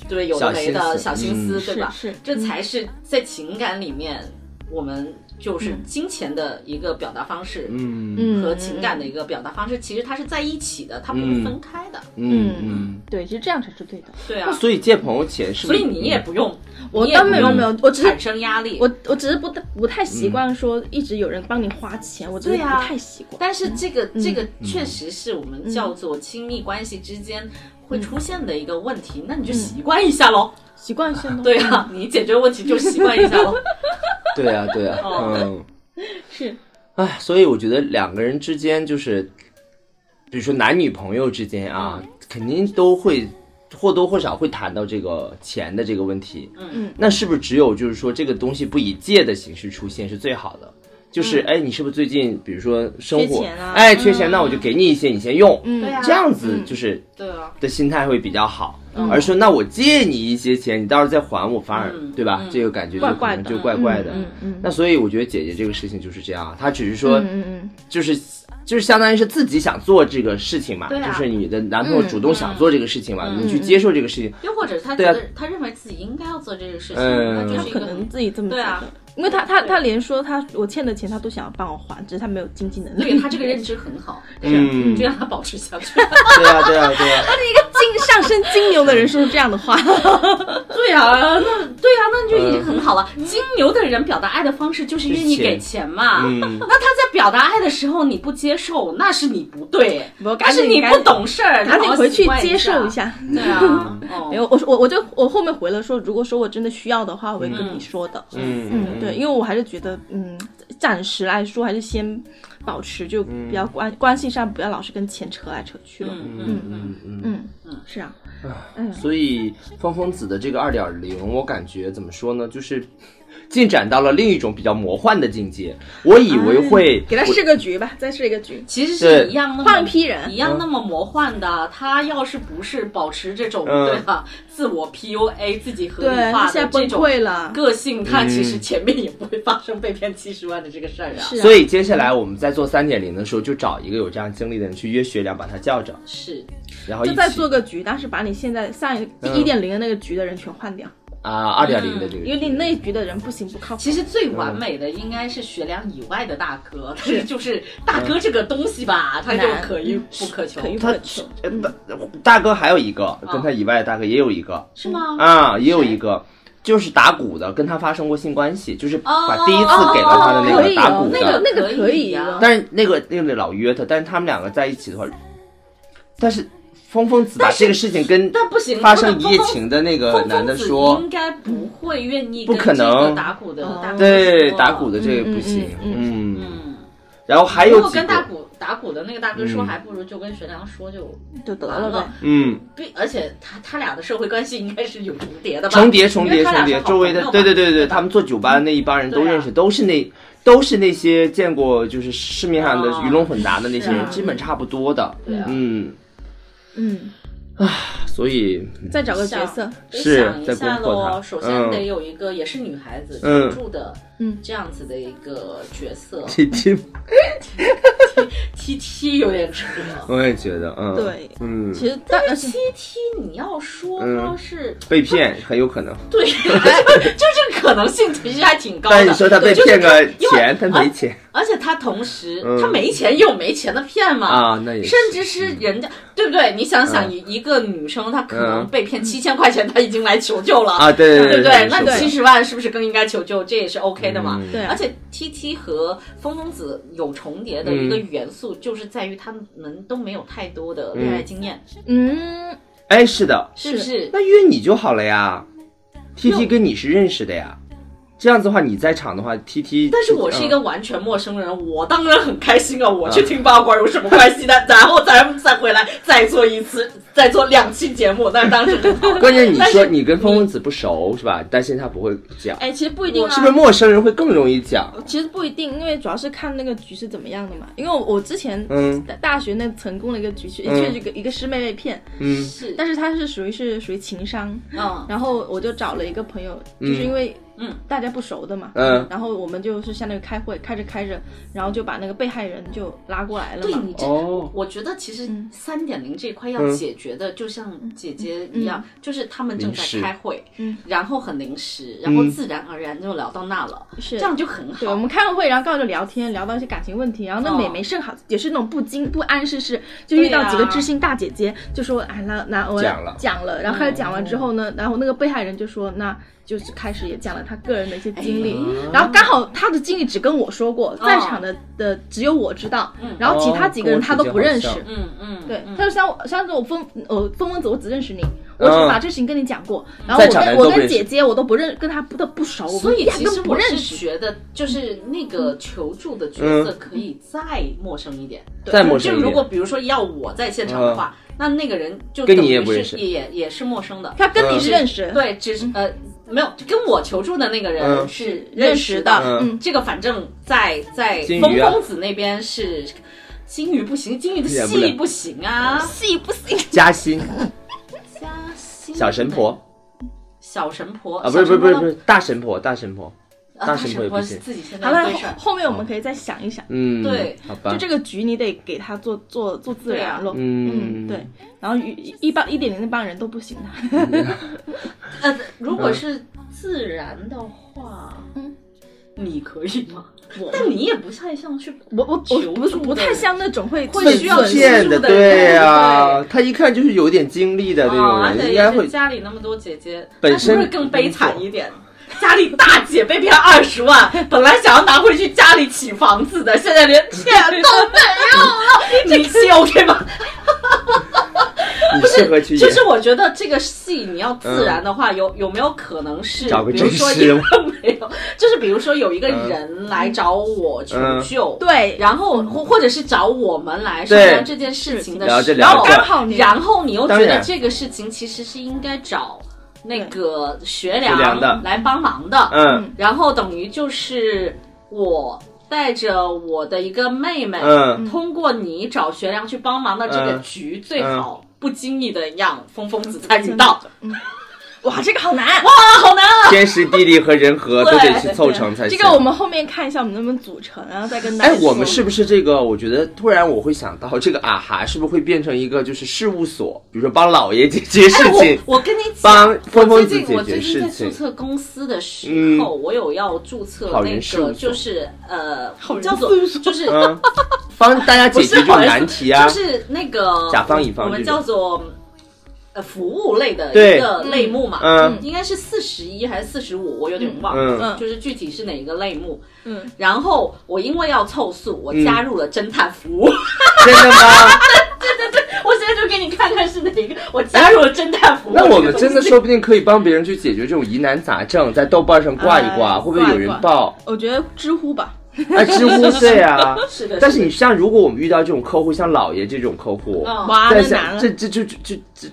S2: 对有的没的
S1: 小
S2: 小
S1: 心
S2: 心
S1: 思
S2: 思，
S1: 嗯
S2: 对吧？
S3: 是是
S2: 这才是在情感里面，我们就是金钱的一个表达方式
S1: 嗯
S3: 嗯
S2: 和情感的一个表达方式，其实它是在一起的，它不
S1: 嗯
S2: 是分开的。
S1: 嗯
S3: 嗯
S1: 嗯，
S3: 对，其实这样才是对的。
S2: 对啊
S1: 那，所以借朋友钱是不
S2: 所
S1: 是？
S2: 以你也不用，
S3: 嗯我
S2: 你也
S3: 当
S2: 不
S3: 然没有
S2: 用
S3: 没有，我只是
S2: 产生压力。
S3: 我我只是不太不太习惯说一直有人帮你花钱，我真的
S2: 对啊
S3: 不太习惯。
S2: 但是这个、
S3: 嗯
S2: 这个
S1: 嗯
S2: 确实是我们叫做亲密关系之间会出现的一个问
S3: 嗯
S2: 题，那你就习惯一下喽。
S3: 习惯性的
S2: 对啊，你解决问题就习惯一下 喽。
S1: 对啊对啊，
S2: 哦
S1: 嗯，
S3: 是
S1: 哎，所以我觉得两个人之间就是，比如说男女朋友之间啊，
S3: 嗯
S1: 肯定都会或多或少会谈到这个钱的这个问题。
S2: 嗯，
S1: 那是不是只有就是说这个东西不以借的形式出现是最好的？就是哎，你是不是最近比如说生
S3: 嗯缺
S1: 活
S3: 钱啊
S1: 哎缺钱，那我就给你一些，你先用。
S3: 嗯
S2: 对啊
S1: 这样子就是
S2: 对啊，
S1: 的心态会比较好，而说那我借你一些钱，你到时候再还我，反而、
S2: 嗯
S1: 对吧？
S2: 嗯
S1: 这个感觉就
S3: 怪怪的
S1: 可能就怪怪的。
S2: 嗯
S3: 嗯
S1: 那所以我觉得姐姐这个事情就是这样，她只是说
S3: 嗯嗯
S1: 就是就是相当于是自己想做这个事情嘛，
S2: 对啊
S1: 就是你的男朋友主动想做这个事情嘛，
S2: 嗯
S1: 你去接受这个事 情，
S2: 又或者他
S1: 对
S2: 觉
S1: 啊
S2: 得、他认为自己应该要做这个事情，
S1: 嗯
S2: 那
S3: 嗯，
S2: 就
S3: 他
S2: 是一
S3: 可
S2: 个
S3: 能自己这么觉
S2: 对啊
S3: 得，因为他他
S2: 对
S3: 他连说他我欠的钱他都想要帮我还，只是他没有经济能
S2: 对啊
S3: 力。
S2: 他这个认知很好，啊
S1: 嗯
S2: 就让他保持下去。
S1: 对啊对啊对啊，
S3: 金上升金牛的人说出这样的 话，
S2: 对啊，那对啊，那就已经很好了。金牛的人表达爱的方式就是愿意
S1: 嗯就是钱
S2: 给钱嘛。
S1: 嗯
S2: 那他在表达爱的时候你不接受，那是你不对，
S3: 不
S2: 那
S3: 赶紧
S2: 是你不懂事儿，
S3: 赶紧
S2: 好好
S3: 回去
S2: 习惯
S3: 接受
S2: 一
S3: 一。下。
S2: 对 啊，哦
S3: 没有，我说我我就我后面回了说，如果说我真的需要的话，我会跟你说的。
S1: 嗯
S3: 嗯，对，因为我还是觉得，嗯，暂时来说还是先保持，就
S1: 嗯
S3: 不要关、关系上不要老是跟钱扯来扯去了。
S2: 嗯
S1: 嗯
S2: 嗯嗯，
S1: 嗯嗯。
S3: 嗯是啊，
S1: 所以方风子的这个二点零，我感觉怎么说呢，就是进展到了另一种比较魔幻的境界。我以为
S2: 啊
S1: 会
S3: 给他试个局吧，再试一个局。
S2: 其实
S1: 对嗯
S2: 是一样那么
S3: 换一批人
S2: 一样那么魔幻的。他要是不是保持这种
S1: 嗯
S2: 对吧，自我 PUA 自己合
S3: 对，他
S2: 理化
S3: 现在
S2: 的
S3: 崩
S2: 这种
S3: 溃了。
S2: 个性，他其
S1: 嗯
S2: 实前面也不会发生被骗七十万的这个事儿啊。
S3: 是啊，
S1: 所以接下来我们在做三点零的时候，就找一个有这样经历的人去约学良，把他叫着，
S2: 是，
S1: 然后一
S3: 就再
S1: 起
S3: 做个局，但是把你现在上一
S1: 嗯
S3: 一点零的那个局的人全换掉，
S1: 啊二点零的这个，
S3: 嗯因为你那一局的人不行不靠谱。
S2: 其实最完美的应该是学良以外的大
S1: 嗯
S2: 哥，但是就是大哥这个东西吧，他就可遇不可求
S3: 可，遇不
S1: 他
S3: 可求。
S1: 呃大大哥还有一个
S3: 嗯
S1: 跟
S3: 哦
S1: 他以外的大哥也有一个
S2: 是吗？
S1: 啊，也有一个。就是打鼓的，跟他发生过性关系，就是把
S2: 哦
S1: 第一次给了他的那
S3: 可
S1: 个
S3: 以
S1: 打鼓
S3: 哦，
S1: 的，
S3: 那个那个
S2: 可
S3: 可
S2: 以
S3: 以
S2: 啊
S3: 啊。
S1: 但是那个那个老约他，但是他们两个在一起的
S3: 嗯
S1: 话，但是峰峰子把这个事情跟
S2: 但不行，
S1: 发生一夜
S2: 峰峰
S1: 情的那个
S2: 峰
S1: 男
S2: 峰
S1: 的
S2: 子
S1: 说，
S2: 应该不会愿意
S1: 不
S2: 跟
S1: 可能
S2: 这个打鼓的大哥
S1: 对
S2: 说
S1: 打鼓。的这个不
S3: 嗯
S1: 行，
S3: 嗯
S1: 嗯，
S2: 嗯，
S1: 然后还
S2: 如
S1: 有
S2: 果
S1: 几
S2: 跟大
S1: 个，
S2: 鼓打鼓的那个大哥说，
S1: 嗯
S2: 还不如就跟学良说就
S3: 就得
S2: 完
S3: 了呗
S2: 了。。
S1: 嗯，
S2: 并而且他他俩的社会关系应该是有重叠的吧？
S1: 重叠重
S2: 因为
S1: 叠
S2: 他俩
S1: 重
S2: 是
S1: 叠，
S2: 好
S1: 周围的
S2: 朋友
S1: 对
S2: 嘛
S1: 对对对，他们做酒吧的那一帮人都
S2: 对啊
S1: 认识，都是那都是那些见过就是市面上的
S2: 哦
S1: 鱼龙混杂的那些
S2: 是
S1: 人，
S2: 啊
S1: 基本差不多的，
S2: 对啊
S1: 嗯，
S3: 嗯，
S1: 所以
S3: 再找个角色，
S2: 得
S1: 是
S2: 想
S1: 在
S2: 一
S1: 攻
S2: 下
S1: 破它
S2: 喽。首先得有一个也是女孩子
S1: 嗯
S2: 辅助的，
S3: 嗯
S2: 这样子的一个角色。
S1: 这这
S2: T T 有点扯。
S1: 我也觉得，嗯，
S3: 对
S1: 嗯，
S3: 其实但而且
S2: T T，你要说
S1: 嗯
S2: 要是
S1: 被骗很有可能，
S2: 哦 对，就就这个可能性其实还挺高的。
S1: 但是你说他被骗
S2: 对就是
S1: 个
S2: 因为啊
S1: 钱，他没钱，
S2: 而且他同时他没钱也有没钱的骗嘛，
S1: 嗯啊，那也是嗯
S2: 甚至是人家对不对？你想想，一一个女生她可能被骗七千块钱，她已经来求救了，
S1: 啊，对
S2: 对
S1: 对
S2: 不对？那
S1: 是
S2: 你
S1: 的
S2: 七十万是不是更应该求救？这也是 OK 的嘛。
S1: 嗯
S3: 对啊
S2: 而且 T T 和风风子有重叠的一个元素，就是在于他们都没有太多的恋爱经验，
S3: 嗯，
S1: 哎，是的，
S2: 是不是？
S1: 那约你就好了呀。T T 跟你是认识的呀，这样子的话你在场的话，T T。
S2: 但是我是一个完全陌生人，我当然很开心啊！我去听八卦有什么关系呢？ 然后咱再回来再做一次，再做两期节目，那当时很好
S1: 嗯。关键你
S2: 但
S1: 说
S2: 是
S1: 你跟风风子不熟是吧？但线下不会讲，
S3: 哎，其实不一定啊，
S1: 是不是陌生人会更容易讲？
S3: 其实不一定，因为主要是看那个局是怎么样的嘛。因为我我之前
S1: 嗯
S3: 大大学那成功的一个局是，
S1: 嗯
S3: 就是一个一个师妹被骗，
S1: 嗯
S2: 是，
S3: 但是她是属于是属于情商，
S2: 嗯
S3: 然后我就找了一个朋友，就是因为
S2: 嗯
S3: 大家不熟的嘛，
S1: 嗯
S3: 然后我们就是相当于开会，开着开着，然后就把那个被害人就拉过来了
S2: 对
S3: 嘛。
S2: 你这，
S1: 哦
S2: 我觉得其实
S3: 嗯
S2: 三点零这一块要
S1: 嗯
S2: 解决的，就像姐姐一样，就是他们正
S1: 临
S2: 在
S1: 时
S2: 开会，
S3: 嗯
S2: 然后很临时，然后
S1: 嗯
S2: 自然而然就聊到那了，
S3: 是
S2: 这样就很
S3: 对，我
S2: 好。
S3: 们开完会，然后刚好就聊天，聊到一些感情问题，然后那
S2: 哦
S3: 美眉正好也是那种不经不谙世事，就遇到几个
S2: 对啊
S3: 知心大姐姐，就说哎，那那我
S1: 讲了嗯
S3: 讲了，然后她就讲完之后呢，然后那个被害人就说，那就是开始也讲了她个人的一些经历，
S1: 哎
S3: 然后刚好她的经历只跟我说过，在场
S1: 哦
S3: 的的只有我知道，然后其他几个人她都不认识
S1: 嗯哦跟我之，
S2: 嗯嗯，
S3: 对，
S2: 嗯
S3: 她就像我上次我风我风文子我只认识你。我只把这事情跟你讲过，然
S1: 嗯
S3: 后
S1: 在
S3: 我
S1: 场的人都不
S3: 跟我跟
S1: 认识
S3: 姐姐我都不认，跟她不都不熟，
S2: 所以
S3: 我们
S2: 其
S3: 压
S2: 实
S3: 根不
S2: 我
S3: 认
S2: 是
S3: 识。
S2: 觉得，就是那
S1: 嗯
S2: 个求助的角色可以再陌生一点。
S1: 再陌生
S2: 就
S1: 一
S2: 如果
S1: 点。
S2: 比如说要我在现场的话，那那个人就
S1: 嗯跟你
S2: 等于
S1: 也不认识
S2: 是也也是陌生的。
S3: 她跟你
S1: 嗯
S3: 是认识，
S2: 对，只是呃没有跟我求助的那个
S1: 嗯
S2: 人是
S3: 认
S2: 认
S3: 识
S2: 识
S3: 的
S2: 的，
S1: 嗯
S2: 这个反正在在
S1: 金
S2: 风
S1: 鱼啊
S2: 公子那边是。金鱼不行，金鱼的
S1: 演不了
S2: 戏不行啊！
S3: 戏不行。
S1: 嘉欣，
S2: 嘉欣
S1: 小神婆，
S2: 小神婆
S1: 啊，不是不是不是不
S2: 是，
S1: 是大神婆，大神婆，大
S2: 啊大
S1: 神婆
S2: 神
S1: 也不
S2: 婆
S1: 行
S2: 自己现在
S3: 好了，
S2: 没
S3: 后
S2: 事儿
S3: 后面我们可以再想一想，
S1: 嗯，
S2: 对
S1: 好吧，
S3: 就这个局你得给他做做做自然咯。
S1: 嗯
S3: 对。然后一一帮一点零那帮人都不行的，
S2: 呃，如果是自然的话，
S3: 嗯
S2: 你可以吗？
S3: 我
S2: 但你也不太像去
S3: 我我我
S2: 求
S3: 不是
S2: 助的
S3: 不太像那种会
S2: 会
S3: 损
S2: 需要
S3: 损
S2: 借
S1: 骗的，
S2: 对
S1: 对啊呀
S2: 对，
S1: 他一看就是有点经历的那种
S2: 啊，
S1: 人，
S2: 对，
S1: 哎应该
S2: 也
S1: 会
S2: 是家里那么多姐姐，
S1: 本
S2: 那是不
S1: 身
S2: 是更悲惨一点？家里大姐被骗二十 万，本来想要拿回去家里起房子的，现在连钱都 没有了，你气 OK 吗？
S1: 你适合去
S2: 其
S1: 演。
S2: 实我觉得这个戏你要自然的话，有有没有可能是，
S1: 找个
S2: 比如说
S1: 真实吗
S2: 没有，就是比如说有一个人来找我求
S1: 嗯
S2: 救，
S3: 对，
S2: 然后或或者是找我们来商
S1: 对
S2: 量这件事情的
S1: 聊着
S2: 时
S1: 聊
S2: 候，
S1: 着
S3: 刚好你
S2: 然后你又觉
S1: 当
S2: 得
S1: 然
S2: 这个事情其实是应该找那个学
S1: 学良的
S2: 良来帮忙的，
S1: 嗯
S2: 然后等于就是我带着我的一个妹妹，
S1: 嗯
S2: 通过你找学良去帮忙的这个
S1: 嗯
S2: 局，最好不经意的让疯疯子参与
S1: 嗯
S2: 到。
S3: 哇，这个好难。
S2: 啊，好难啊！
S1: 天时地利和人 和都得去凑成才
S3: 这
S1: 行。
S3: 个我们后面看一下我们能不能组成，然后再跟大家
S1: 哎，
S3: 说。
S1: 我们是不是这个？我觉得突然我会想到，这个啊哈是不是会变成一个就是事务所，比如说帮老爷解决事
S2: 哎
S1: 情，，
S2: 我我跟你讲，
S1: 帮疯
S2: 我
S1: 疯
S2: 最
S1: 子
S2: 近
S1: 解
S2: 我
S1: 决
S2: 最近在
S1: 事
S2: 注
S1: 情，
S2: 册公司的时
S1: 嗯
S2: 候，我有要注册
S1: 好
S2: 那
S1: 人事务所
S2: 个就是呃
S3: 好，人
S2: 叫做
S3: 事务所
S2: 就是
S1: 嗯，帮大家解决这种难题啊
S2: 就。是那个
S1: 甲方乙方
S2: 我们
S1: 这种
S2: 叫做呃服务类的
S1: 对
S2: 一个类目嘛，
S1: 嗯
S2: 应该是四十一还是四十五，我有点忘
S1: 嗯
S2: 了，
S3: 嗯
S2: 就是具体是哪一个类目。
S3: 嗯，
S2: 然后我因为要凑数，我
S1: 嗯
S2: 加入了侦探服务，
S1: 真的吗？
S2: 我现在就给你看看是哪一个，我加入了侦探服务。
S1: 哎那我们真的说不定可以帮别人去解决这种疑难杂症，在豆瓣上挂一挂，
S3: 哎
S1: 会不会有人报？
S3: 我觉得知乎吧，
S1: 哎，知 乎对啊。
S2: 是的，
S1: 但是你像如果我们遇到这种客户，像老爷这种客户，
S2: 嗯
S3: 哇，
S1: 在
S3: 那
S1: 想
S3: 难
S1: 这
S3: 了。
S1: 这这这这这这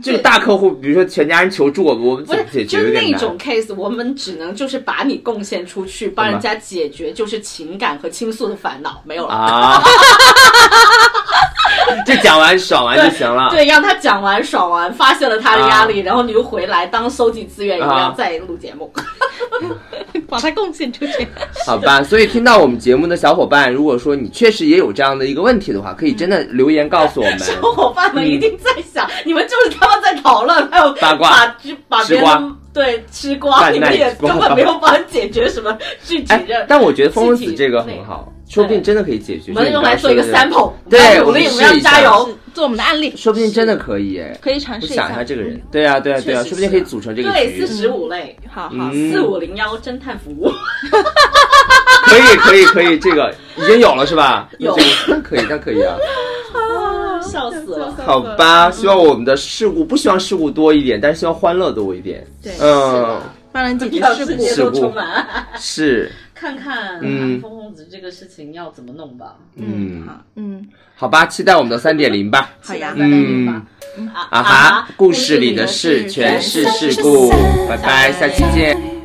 S1: 这个大客户，比如说全家人求助我们，我们
S2: 不
S1: 怎么解
S2: 是，就
S1: 决有
S2: 是
S1: 点
S2: 那
S1: 难。
S2: 种 case，我们只能就是把你贡献出去，帮人家解决就是情感和倾诉的烦恼，没有了。
S1: 啊， 就讲完爽完就行了。
S2: 对，让他讲完、爽完，发泄了他的压力，然后你就回来当收集资源一
S1: 啊
S2: 样再录节目。
S3: 把它贡献出去。
S1: 好吧。所以听到我们节目的小伙伴，如果说你确实也有这样的一个问题的话，可以真
S2: 嗯
S1: 的留言告诉我 们。
S2: 小伙伴们一定在想，你们就是他们在讨论，还有
S1: 八卦
S2: 把把
S1: 吃
S2: 别
S1: 瓜
S2: 人对吃瓜，
S1: 泛
S2: 你
S1: 滥
S2: 们也
S1: 吃瓜
S2: 根本没有帮人解决什么具体
S1: 哎
S2: 的。，
S1: 但我觉得疯疯子这个很好，说不定真的可以解决。
S2: 我们用来做一个 sample，
S1: 对，
S2: 努力，
S1: 我
S2: 我们要
S1: 试一下
S2: 加油。
S3: 做我们的案例，
S1: 说不定真的可以哎，
S3: 可以尝
S1: 我
S3: 试一
S1: 想一
S3: 下
S1: 下
S2: 嗯
S1: 这个人，对啊，对啊，对啊，
S3: 确
S1: 说
S3: 实
S1: 不定可以组成这个
S2: 对，
S1: 局
S2: 四，十五类，
S3: 好好，
S1: 嗯
S2: 四五零幺侦探服务，
S1: 可以，可以，可以，这个已经有了是吧？
S2: 有
S1: 这个 那可以，那可以啊，
S2: 笑死了。
S1: 好吧，希望我们的事故不希望事故多一点，但是希望欢乐多一点。
S3: 对
S1: 嗯，
S3: 帮人解决
S2: 要
S3: 事
S2: 世
S3: 故
S2: 界
S1: 是
S2: 都
S1: 故
S2: 充满爱，
S1: 是，
S2: 看看
S1: 嗯
S2: 风公子这个事情要怎么弄吧。
S1: 嗯，
S3: 好，嗯，
S1: 好吧，期待我们的三点零吧。嗯
S3: 好呀
S2: 再，来一遍吧。啊
S1: 啊哈，故事里的事全是事故，拜拜，下期见。
S4: time.